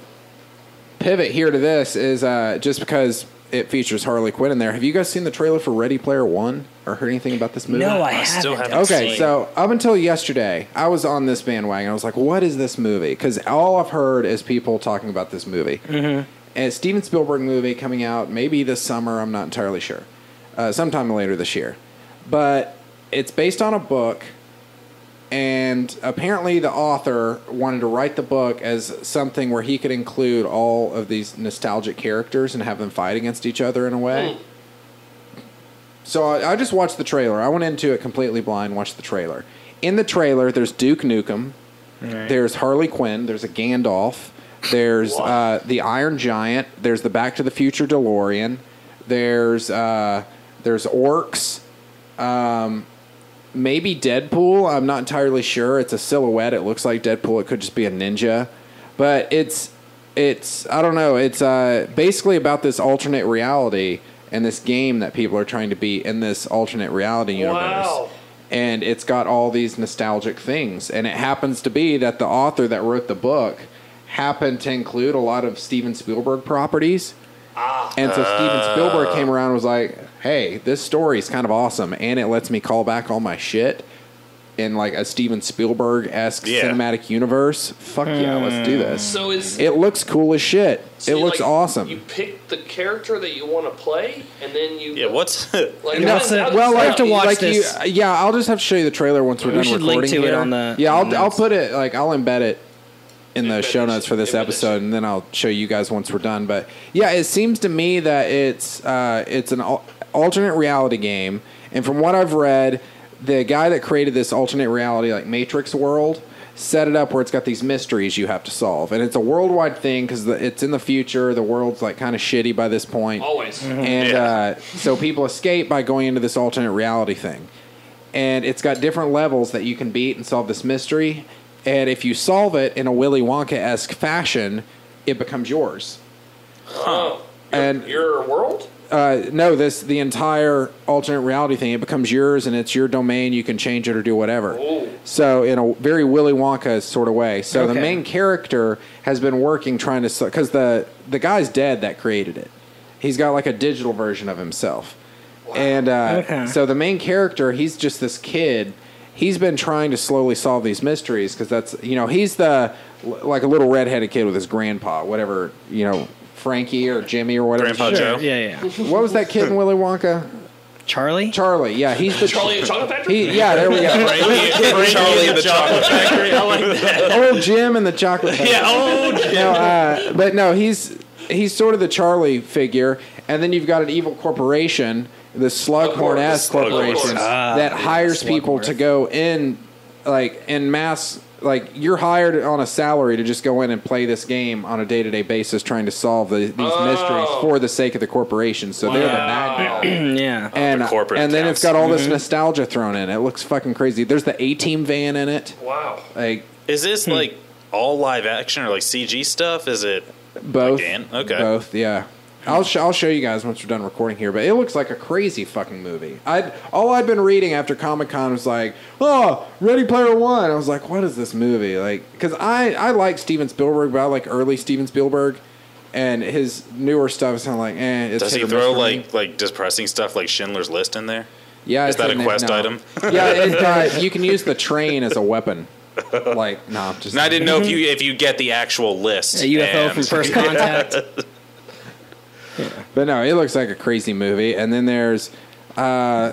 pivot here to this is uh, just because it features Harley Quinn in there. Have you guys seen the trailer for Ready Player One or heard anything about this movie? No, I, I haven't. still haven't Okay, seen- so up until yesterday, I was on this bandwagon. I was like, "What is this movie?" Because all I've heard is people talking about this movie. Mm-hmm. And it's Steven Spielberg movie coming out maybe this summer. I'm not entirely sure. Uh, sometime later this year, but it's based on a book, and apparently the author wanted to write the book as something where he could include all of these nostalgic characters and have them fight against each other in a Mm. way. So I, I just watched the trailer. I went into it completely blind. Watched the trailer. In the trailer, there's Duke Nukem. There's Harley Quinn. There's a Gandalf. There's uh, the Iron Giant. There's the Back to the Future DeLorean. There's uh, there's orcs. Um, maybe Deadpool. I'm not entirely sure. It's a silhouette. It looks like Deadpool. It could just be a ninja, but it's it's I don't know. It's uh, basically about this alternate reality and this game that people are trying to beat in this alternate reality universe Wow. and it's got all these nostalgic things. And it happens to be that the author that wrote the book happened to include a lot of Steven Spielberg properties. Ah. And so Steven Uh. Spielberg came around and was like, hey, this story is kind of awesome, and it lets me call back all my shit in like a Steven Spielberg esque Yeah. cinematic universe. Fuck yeah, let's do this. So it's it looks cool as shit. so it you, looks like, awesome. You pick the character that you want to play, and then you Yeah, what's like And how that's does- it. how does well, that- like, have to watch like this. You, yeah, I'll just have to show you the trailer once we're done should link recording to it here. on the- Yeah, on I'll, the I'll notes. put it like I'll embed it in the Embed show it. notes for this Embed it. episode, and then I'll show you guys once we're done. But yeah, it seems to me that it's uh, it's an al- alternate reality game, and from what I've read, the guy that created this alternate reality, like Matrix World. Set it up where it's got these mysteries you have to solve, and it's a worldwide thing because it's in the future. The world's like kind of shitty by this point, always. and Yeah. uh, so people escape by going into this alternate reality thing. And it's got different levels that you can beat and solve this mystery. And if you solve it in a Willy Wonka esque fashion, it becomes yours. Oh, And your world. uh, no, this the entire alternate reality thing. It becomes yours, and it's your domain. You can change it or do whatever. So, in a very Willy Wonka sort of way. So, the Okay. main character has been working trying to because the the guy's dead that created it. He's got like a digital version of himself, and uh, Okay. so the main character he's just this kid. He's been trying to slowly solve these mysteries because that's you know he's the like a little redheaded kid with his grandpa, whatever you know. Frankie or Jimmy or whatever. Grandpa Joe. Yeah, yeah. What was that kid in Willy Wonka? Charlie? Charlie. Yeah, he's the Charlie and the Chocolate Factory? He, yeah, there we go. Charlie and the Chocolate Factory. I like that. Old Jim and the chocolate. Factory. Yeah, oh, No, uh, but no, he's he's sort of the Charlie figure, and then you've got an evil corporation, the Slughorn ass Slughorn. corporation, Ah, that hires people to Slughorn. go in, like in mass. Like you're hired on a salary to just go in and play this game on a day to day basis, trying to solve the, these mysteries for the sake of the corporation. So they're the bad guys. Mm, yeah. and the corporate and then accounts. it's got all this nostalgia thrown in. It looks fucking crazy. There's the A Team van in it, Wow. like Is this Hmm. like all live action or like CG stuff? Is it? both. Again? Okay. Both, yeah. I'll sh- I'll show you guys once we're done recording here, but it looks like a crazy fucking movie. I all I'd been reading after Comic Con was like, oh, Ready Player One. I was like, what is this movie like? Because I I like Steven Spielberg, but I like early Steven Spielberg, and his newer stuff is kind of like, eh. It's Does hit he or miss for throw me. like like depressing stuff like Schindler's List in there? Mm-hmm. Yeah, Is it's that a in it quest now. item? yeah, it, uh, you can use the train as a weapon. Like, no, I'm just And I didn't know if you if you get the actual list. A UFO and- from First Contact. But no, it looks like a crazy movie. And then there's, uh,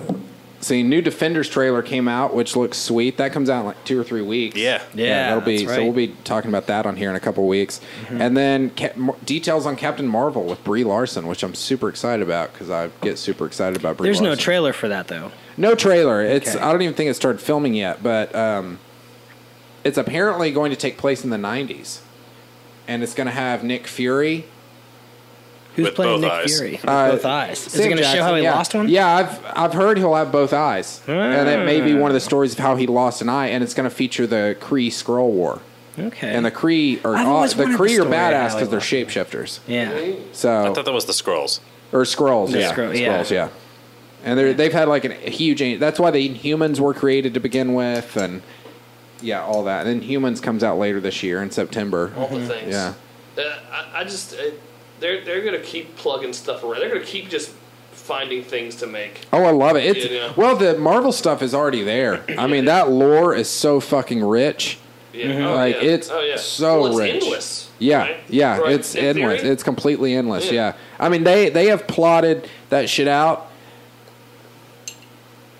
see, new Defenders trailer came out, which looks sweet. That comes out in like two or three weeks. Yeah. Yeah, that'll be. that's So right. we'll be talking about that on here in a couple weeks. And then ca- mo- details on Captain Marvel with Brie Larson, which I'm super excited about because I get super excited about Brie. There's no Larson. trailer for that, though. No trailer. It's Okay. I don't even think it started filming yet, but um, it's apparently going to take place in the '90s, and it's going to have Nick Fury. Who's With playing both Nick eyes. Fury? With Uh, both eyes. Is it Sam going to show Jackson, how he yeah. lost one? Yeah, I've I've heard he'll have both eyes, and that may Hmm. be one of the stories of how he lost an eye, and it's going to feature the Kree Scroll War. Okay. And the Kree are I've always the wanted Kree the are story of badass how because he they're lost shapeshifters. yeah. I So thought that was the scrolls. or scrolls, The yeah, Skrull, yeah. scrolls, yeah. And they're, they've had like an, a huge. That's why the Inhumans were created to begin with, and yeah, all that. And then Humans comes out later this year in September. All the things. Mm-hmm. Yeah. Uh, I, I just, uh, they're, they're going to keep plugging stuff around. They're going to keep just finding things to make. Oh, I love it. It's Yeah, yeah. well, the Marvel stuff is already there. I mean, that lore is so fucking rich. Yeah. Oh, Mm-hmm. Like, yeah. it's oh, yeah. so well, it's rich. endless. Yeah, right? yeah, Right? it's In theory? endless. It's completely endless. Yeah. Yeah. I mean they they have plotted that shit out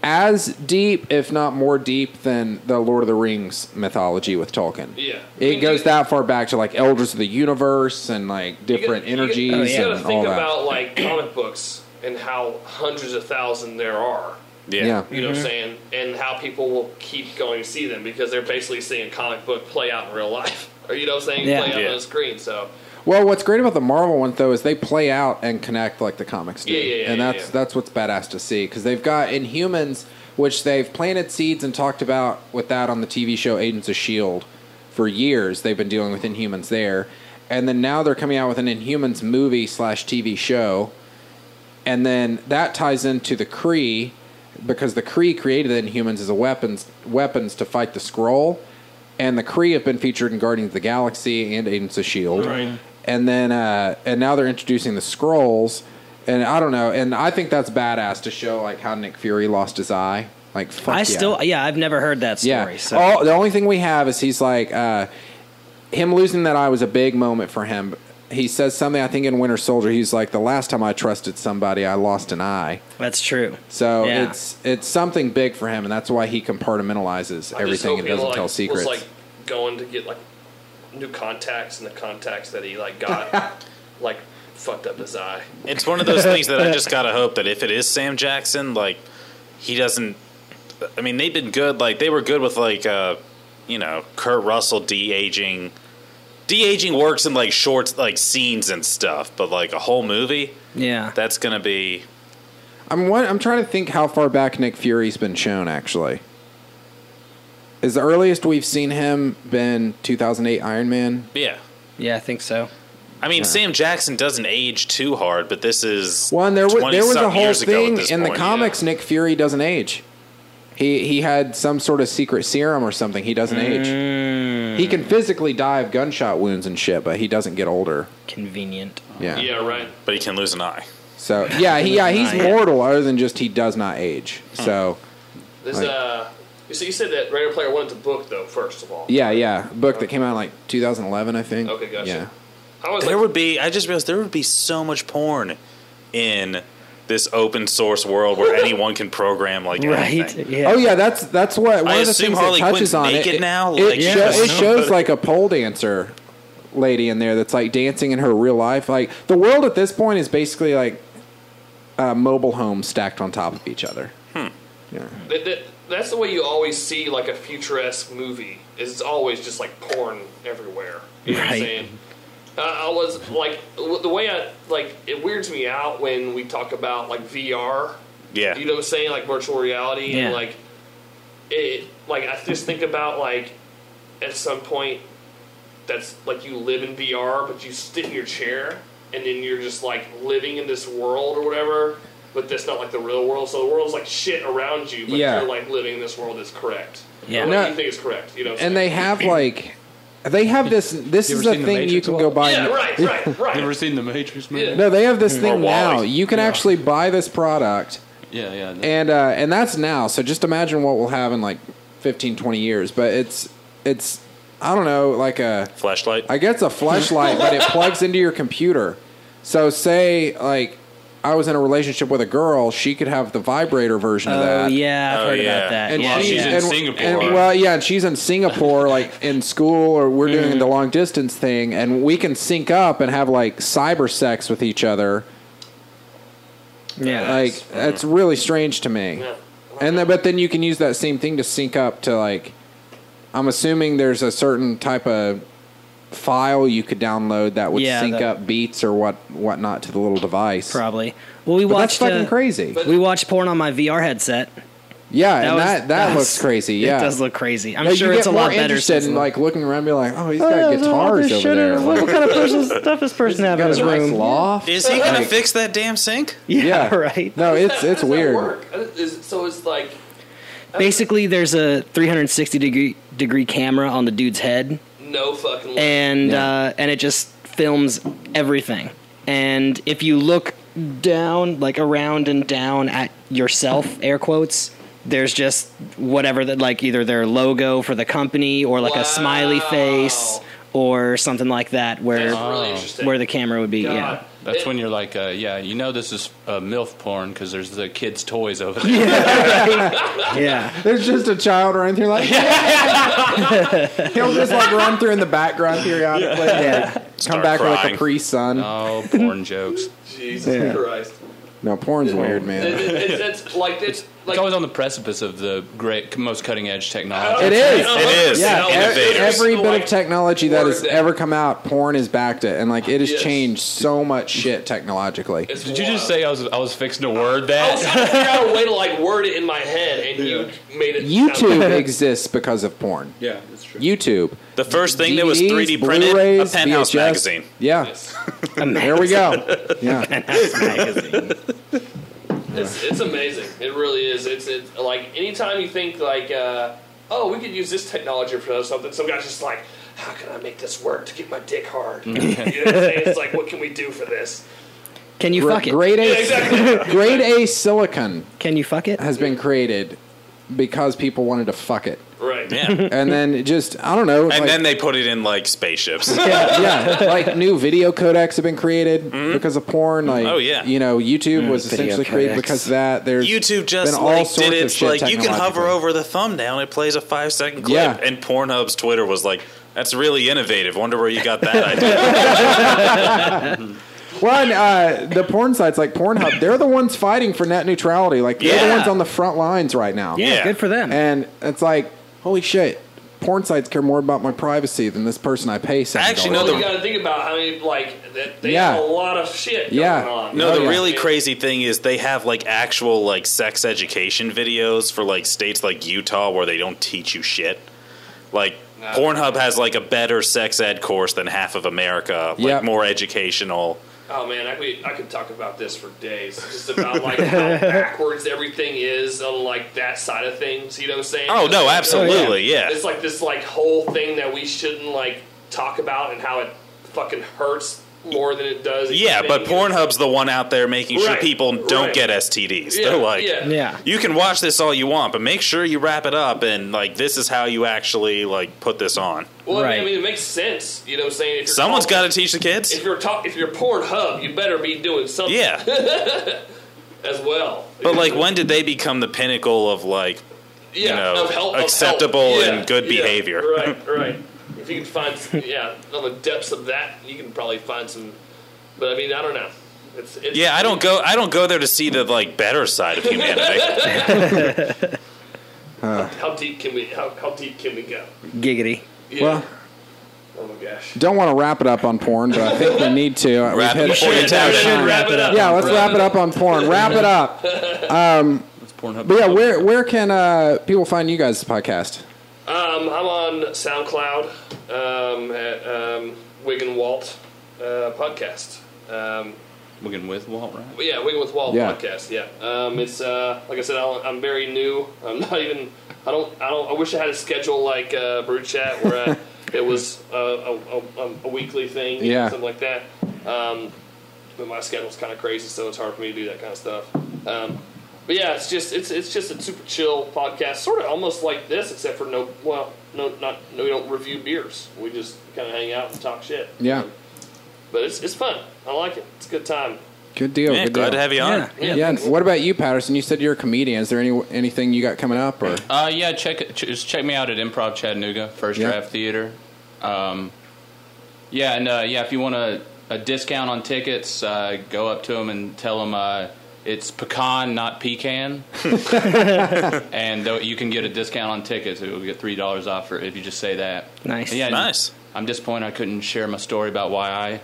as deep, if not more deep, than the Lord of the Rings mythology with Tolkien. Yeah. it I mean, goes you- that far back to like Elders of the Universe and like different you gotta- energies You, gotta- you and gotta all think that. about like comic books and how hundreds of thousands there are. Yeah. yeah. You know what I'm saying? And how people will keep going to see them because they're basically seeing a comic book play out in real life. Or you know what I'm saying? Yeah. Play out Yeah. on the screen. So Well, what's great about the Marvel one though is they play out and connect like the comics do, Yeah, yeah, yeah, and yeah, that's yeah. that's what's badass to see because they've got Inhumans, which they've planted seeds and talked about with that on the TV show Agents of Shield E for years. They've been dealing with Inhumans there, and then now they're coming out with an Inhumans movie slash TV show, and then that ties into the Kree because the Kree created the Inhumans as a weapons weapons to fight the Skrull, and the Kree have been featured in Guardians of the Galaxy and Agents of Shield. Right. E And then uh, and now they're introducing the Scrolls, and I don't know, and I think that's badass to show like how Nick Fury lost his eye. Like fuck I yeah. still, yeah, I've never heard that story. Yeah. Oh. So. All, the only thing we have is he's like, uh, him losing that eye was a big moment for him. He says something, I think, in Winter Soldier. He's like, the last time I trusted somebody, I lost an eye. That's true. So Yeah. it's it's something big for him, and that's why he compartmentalizes I just everything hope and he, doesn't like, tell secrets. Was like going to get like new contacts, and the contacts that he like got like fucked up his eye. It's one of those things that I just gotta hope that if it is Sam Jackson, like he doesn't. I mean, they've been good. Like they were good with like uh, you know Kurt Russell de aging. De aging works in like shorts, like scenes and stuff, but like a whole movie, Yeah. that's gonna be. I'm one, I'm trying to think how far back Nick Fury's been shown. Actually, is the earliest we've seen him been 2008 Iron Man? Yeah, yeah, I think so. I mean, Sam Jackson doesn't age too hard, but this is Well, and there was there was a 20-something whole years ago at thing this in the point. comics. Nick Fury doesn't age. He he had some sort of secret serum or something. He doesn't age. Mm. He can physically die of gunshot wounds and shit, but he doesn't get older. Convenient. Yeah. Yeah, right. but he can lose an eye. So yeah, he, yeah, he's Ah, yeah. mortal. Other than just he does not age. So This Like- uh, you said, you said that Ready Player One's a book though. First of all, yeah, yeah. Book that came out in like 2011, I think. Okay, gotcha. Yeah. I was There like, would be. I just realized there would be so much porn in this open source world where anyone can program like Right. anything. Yeah. Oh yeah, that's that's what one I of the assume things Harley that touches Quinn's on it. naked it- now, It, like, sho- yeah. it shows like a pole dancer lady in there that's like dancing in her real life. Like the world at this point is basically like uh, mobile homes stacked on top of each other. Hmm. Yeah. that, that, that's the way you always see like a futuresque movie. Is it's always just like porn everywhere. You know what I'm Right. saying? Uh, I was like w- the way I like it weirds me out when we talk about like VR. Yeah. You know what I'm saying? Like virtual reality Yeah. and like it like I just think about like at some point that's like you live in VR but you sit in your chair and then you're just like living in this world or whatever, but that's not like the real world. So the world's like shit around you, but Yeah. you're like living in this world that's correct. Yeah. Or what No. you think is correct, you know. what I'm And they saying? have like they have this. This You is ever a seen The thing you Matrix can at go all? buy. Yeah, right, right, right. Never seen the Matrix movie? Yeah. No, they have this thing now. Wally. You can actually buy this product Yeah, yeah. that- and uh, and that's now. So just imagine what we'll have in like 15, 20 years. But it's it's I don't know like a Flashlight. I guess a flashlight, but it plugs into your computer. So say like I was in a relationship with a girl, she could have the vibrator version of Oh that. yeah, I've Oh, heard yeah. about that. And yeah, she- she's yeah. in and- Singapore. and- well, yeah, and she's in Singapore, like in school, or we're doing Mm-hmm. the long distance thing, and we can sync up and have like cyber sex with each other. Yeah. Like that's really strange to me. Yeah. And then, but then you can use that same thing to sync up to like. I'm assuming there's a certain type of file you could download that would Yeah, sync that- up beats or what whatnot to the little device. probably. Well, we But that's watched. fucking uh, crazy. But- We watched porn on my VR headset. yeah, and was- that that, was- looks crazy. Yeah, it does look crazy. I'm No, you sure get it's a more lot better. interested Since in the- like looking around, and be like, oh, he's got guitars over there. What, kind of person stuff is person have in Got his a nice room? loft. Is he gonna fix that damn sink? Yeah, Yeah. right. No, How does it's that- how it's does that weird. work? Uh, is- so it's like Basically, there's a 360 degree degree camera on the dude's head, no fucking. way. and Yeah. uh, and it just films everything. And if you look down, like around and down at yourself, air quotes, there's just whatever that, like either their logo for the company or like a smiley face Wow. or something like that, where That's really interesting. Oh. where the camera would be. God. Yeah, That's It- when you're like, uh, yeah, you know this is uh, MILF porn because there's the kids' toys over there. yeah, There's just a child running through like he'll just like run through in the background periodically. yeah. Come Start back with like a crying. Uh, Capri Sun. Oh, porn jokes. Jesus Yeah. Christ. No, porn's weird, It- man. it- it's, it's like it's like It's always on the precipice of the great, most cutting edge technology. It is. It is. Yeah, every, Innovators. every bit Like, of technology that has word that- ever come out, porn has backed it, and like it has Yes. changed so much shit technologically. it's Did you wild. just say I was I was fixing to word I was that? trying to figure out a way to like word it in my head, and you made it. sound YouTube like- exists because of porn. Yeah, that's true. YouTube. The first thing that was DVDs, 3D printed, Blu-rays, a penthouse VHS. magazine. Yeah, there we go. Yeah, It's, it's amazing. It really is. It's it's like anytime you think like, uh, oh, we could use this technology for something. Some guy's just like, how can I make this work to get my dick hard? Mm. you know what I'm saying? It's like, what can we do for this? Can you fuck it? grade Yeah, A, exactly. grade A silicon Can you fuck it? has been created because people wanted to fuck it, Right. Yeah. And and then it just I don't know. like- then they put it in like spaceships. yeah, yeah. Like new video codecs have been created because of porn. Like, Mm-hmm. Oh, yeah. you know, YouTube was essentially created codecs. because of that. There's YouTube just been all like sorts did of it. shit Like you can hover technologically. over the thumbnail and it plays a five second clip. Yeah. And Pornhub's Twitter was like, "That's really innovative. Wonder where you got that idea." Well, and, uh, the porn sites like Pornhub, they're the ones fighting for net neutrality. Like they're the Yeah. ones on the front lines right now. Yeah, Yeah. good for them. And it's like, holy shit, porn sites care more about my privacy than this person I pay. $7 Actually, no, Well, the- you got to think about how many like that they Yeah. have a lot of shit going Yeah. on. No, Oh, the yeah. really crazy thing is they have like actual like sex education videos for like states like Utah where they don't teach you shit. Like Pornhub has like a better sex ed course than half of America, like Yep. more educational. Oh man, I could I could talk about this for days, just about like how backwards everything is on like that side of things. You know what I'm saying? Oh no, absolutely, yeah. It's like this like whole thing that we shouldn't like talk about and how it fucking hurts more than it does. Yeah, but Pornhub's the one out there making sure Right, people don't right. get STDs. Yeah, They're like, yeah. Yeah. you can watch this all you want, but make sure you wrap it up and like this is how you actually like put this on. Well, I, mean, Right. I mean, it makes sense. You know what I'm saying? If you're Someone's talking- got to teach the kids. If you're talk, if you're Pornhub, you better be doing something Yeah, as well. but like, when did they become the pinnacle of like yeah, know, of help, of acceptable help. and good behavior. Right, right. if you can find, some, yeah, on the depths of that, you can probably find some. But I mean, I don't know. It's, it's Yeah, I don't go. I don't go there to see the like better side of humanity. How deep can we? How, how deep can we go? Giggity. Yeah. Well, oh my gosh. don't want to wrap it up on porn, but I think we need to. We've Wrap it hit- before you Yeah, tap it. should wrap it up Yeah, let's wrap it up on porn. Wrap it up. It's Pornhub. But yeah, where where can uh, people find you guys' podcast? Um, I'm on SoundCloud um, at um, Wig and Walt uh, podcast. Um, Wiggin' with Walt, right? But yeah, Wigging with Wall Yeah. podcast. Yeah, um, it's uh, like I said, I don't, I'm very new. I'm not even. I don't. I don't. I wish I had a schedule like uh, Brew Chat where I, it was uh, a, a, a, a weekly thing, you know, Yeah. something like that. Um, but my schedule's kind of crazy, so it's hard for me to do that kind of stuff. Um, but yeah, it's just it's it's just a super chill podcast, sort of almost like this, except for no well no not no, we don't review beers. We just kind of hang out and talk shit. Yeah, But it's it's fun. I like it. It's a good time. good deal. Man, good glad deal. to have you on. Yeah. yeah, and what about you, Patterson? You said you're a comedian. Is there any anything you got coming up? Or Uh, yeah, check it- ch- just check me out at Improv Chattanooga, First Yeah. Draft Theater. Um, yeah, and uh, yeah, if you want a, a discount on tickets, uh, go up to them and tell them uh, it's pecan, not pecan, and uh, you can get a discount on tickets. You'll get three dollars off for if you just say that. Nice. And yeah, and Nice. I'm disappointed I couldn't share my story about why I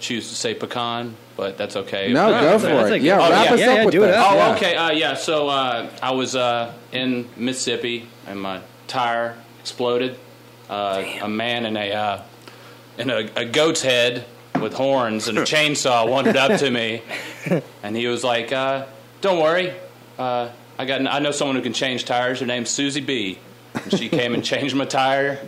choose to say pecan, but that's okay. no, go for that's it. a good- yeah, Oh, wrap yeah. us Yeah, up yeah, with do it that. up. Oh, yeah. okay. Uh, yeah. So uh, I was uh, in Mississippi, and my tire exploded. Uh, a man in a uh, in a, a goat's head with horns and a chainsaw wandered up to me, and he was like, uh, "Don't worry, uh, I got I know someone who can change tires. Her name's Susie B." And she came and changed my tire,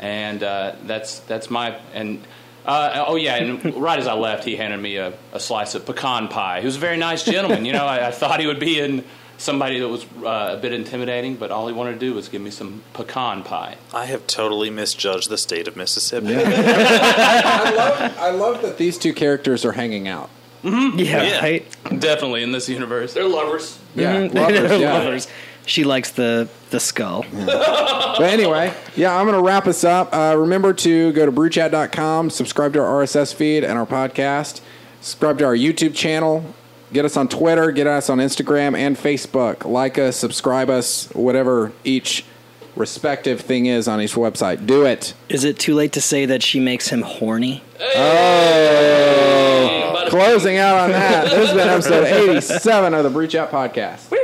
and uh, that's that's my and. Uh, oh yeah, and right as I left, he handed me a, a slice of pecan pie. He was a very nice gentleman. You know, I, I thought he would be in somebody that was uh, a bit intimidating, but all he wanted to do was give me some pecan pie. I have totally misjudged the state of Mississippi. I love I love that these two characters are hanging out. Yeah, Yeah. right? Definitely in this universe. They're lovers. Yeah, Mhm. lovers, Mm-hmm. yeah. Lovers. She likes the the skull. But anyway, yeah, I'm going to wrap us up. Uh, remember to go to brewchat.com, subscribe to our RSS feed and our podcast, subscribe to our YouTube channel, get us on Twitter, get us on Instagram and Facebook, like us, subscribe us, whatever each respective thing is on each website. Do it. Is it too late to say that she makes him horny? But- Closing out on that, this has been episode 87 of the Breach Out Podcast.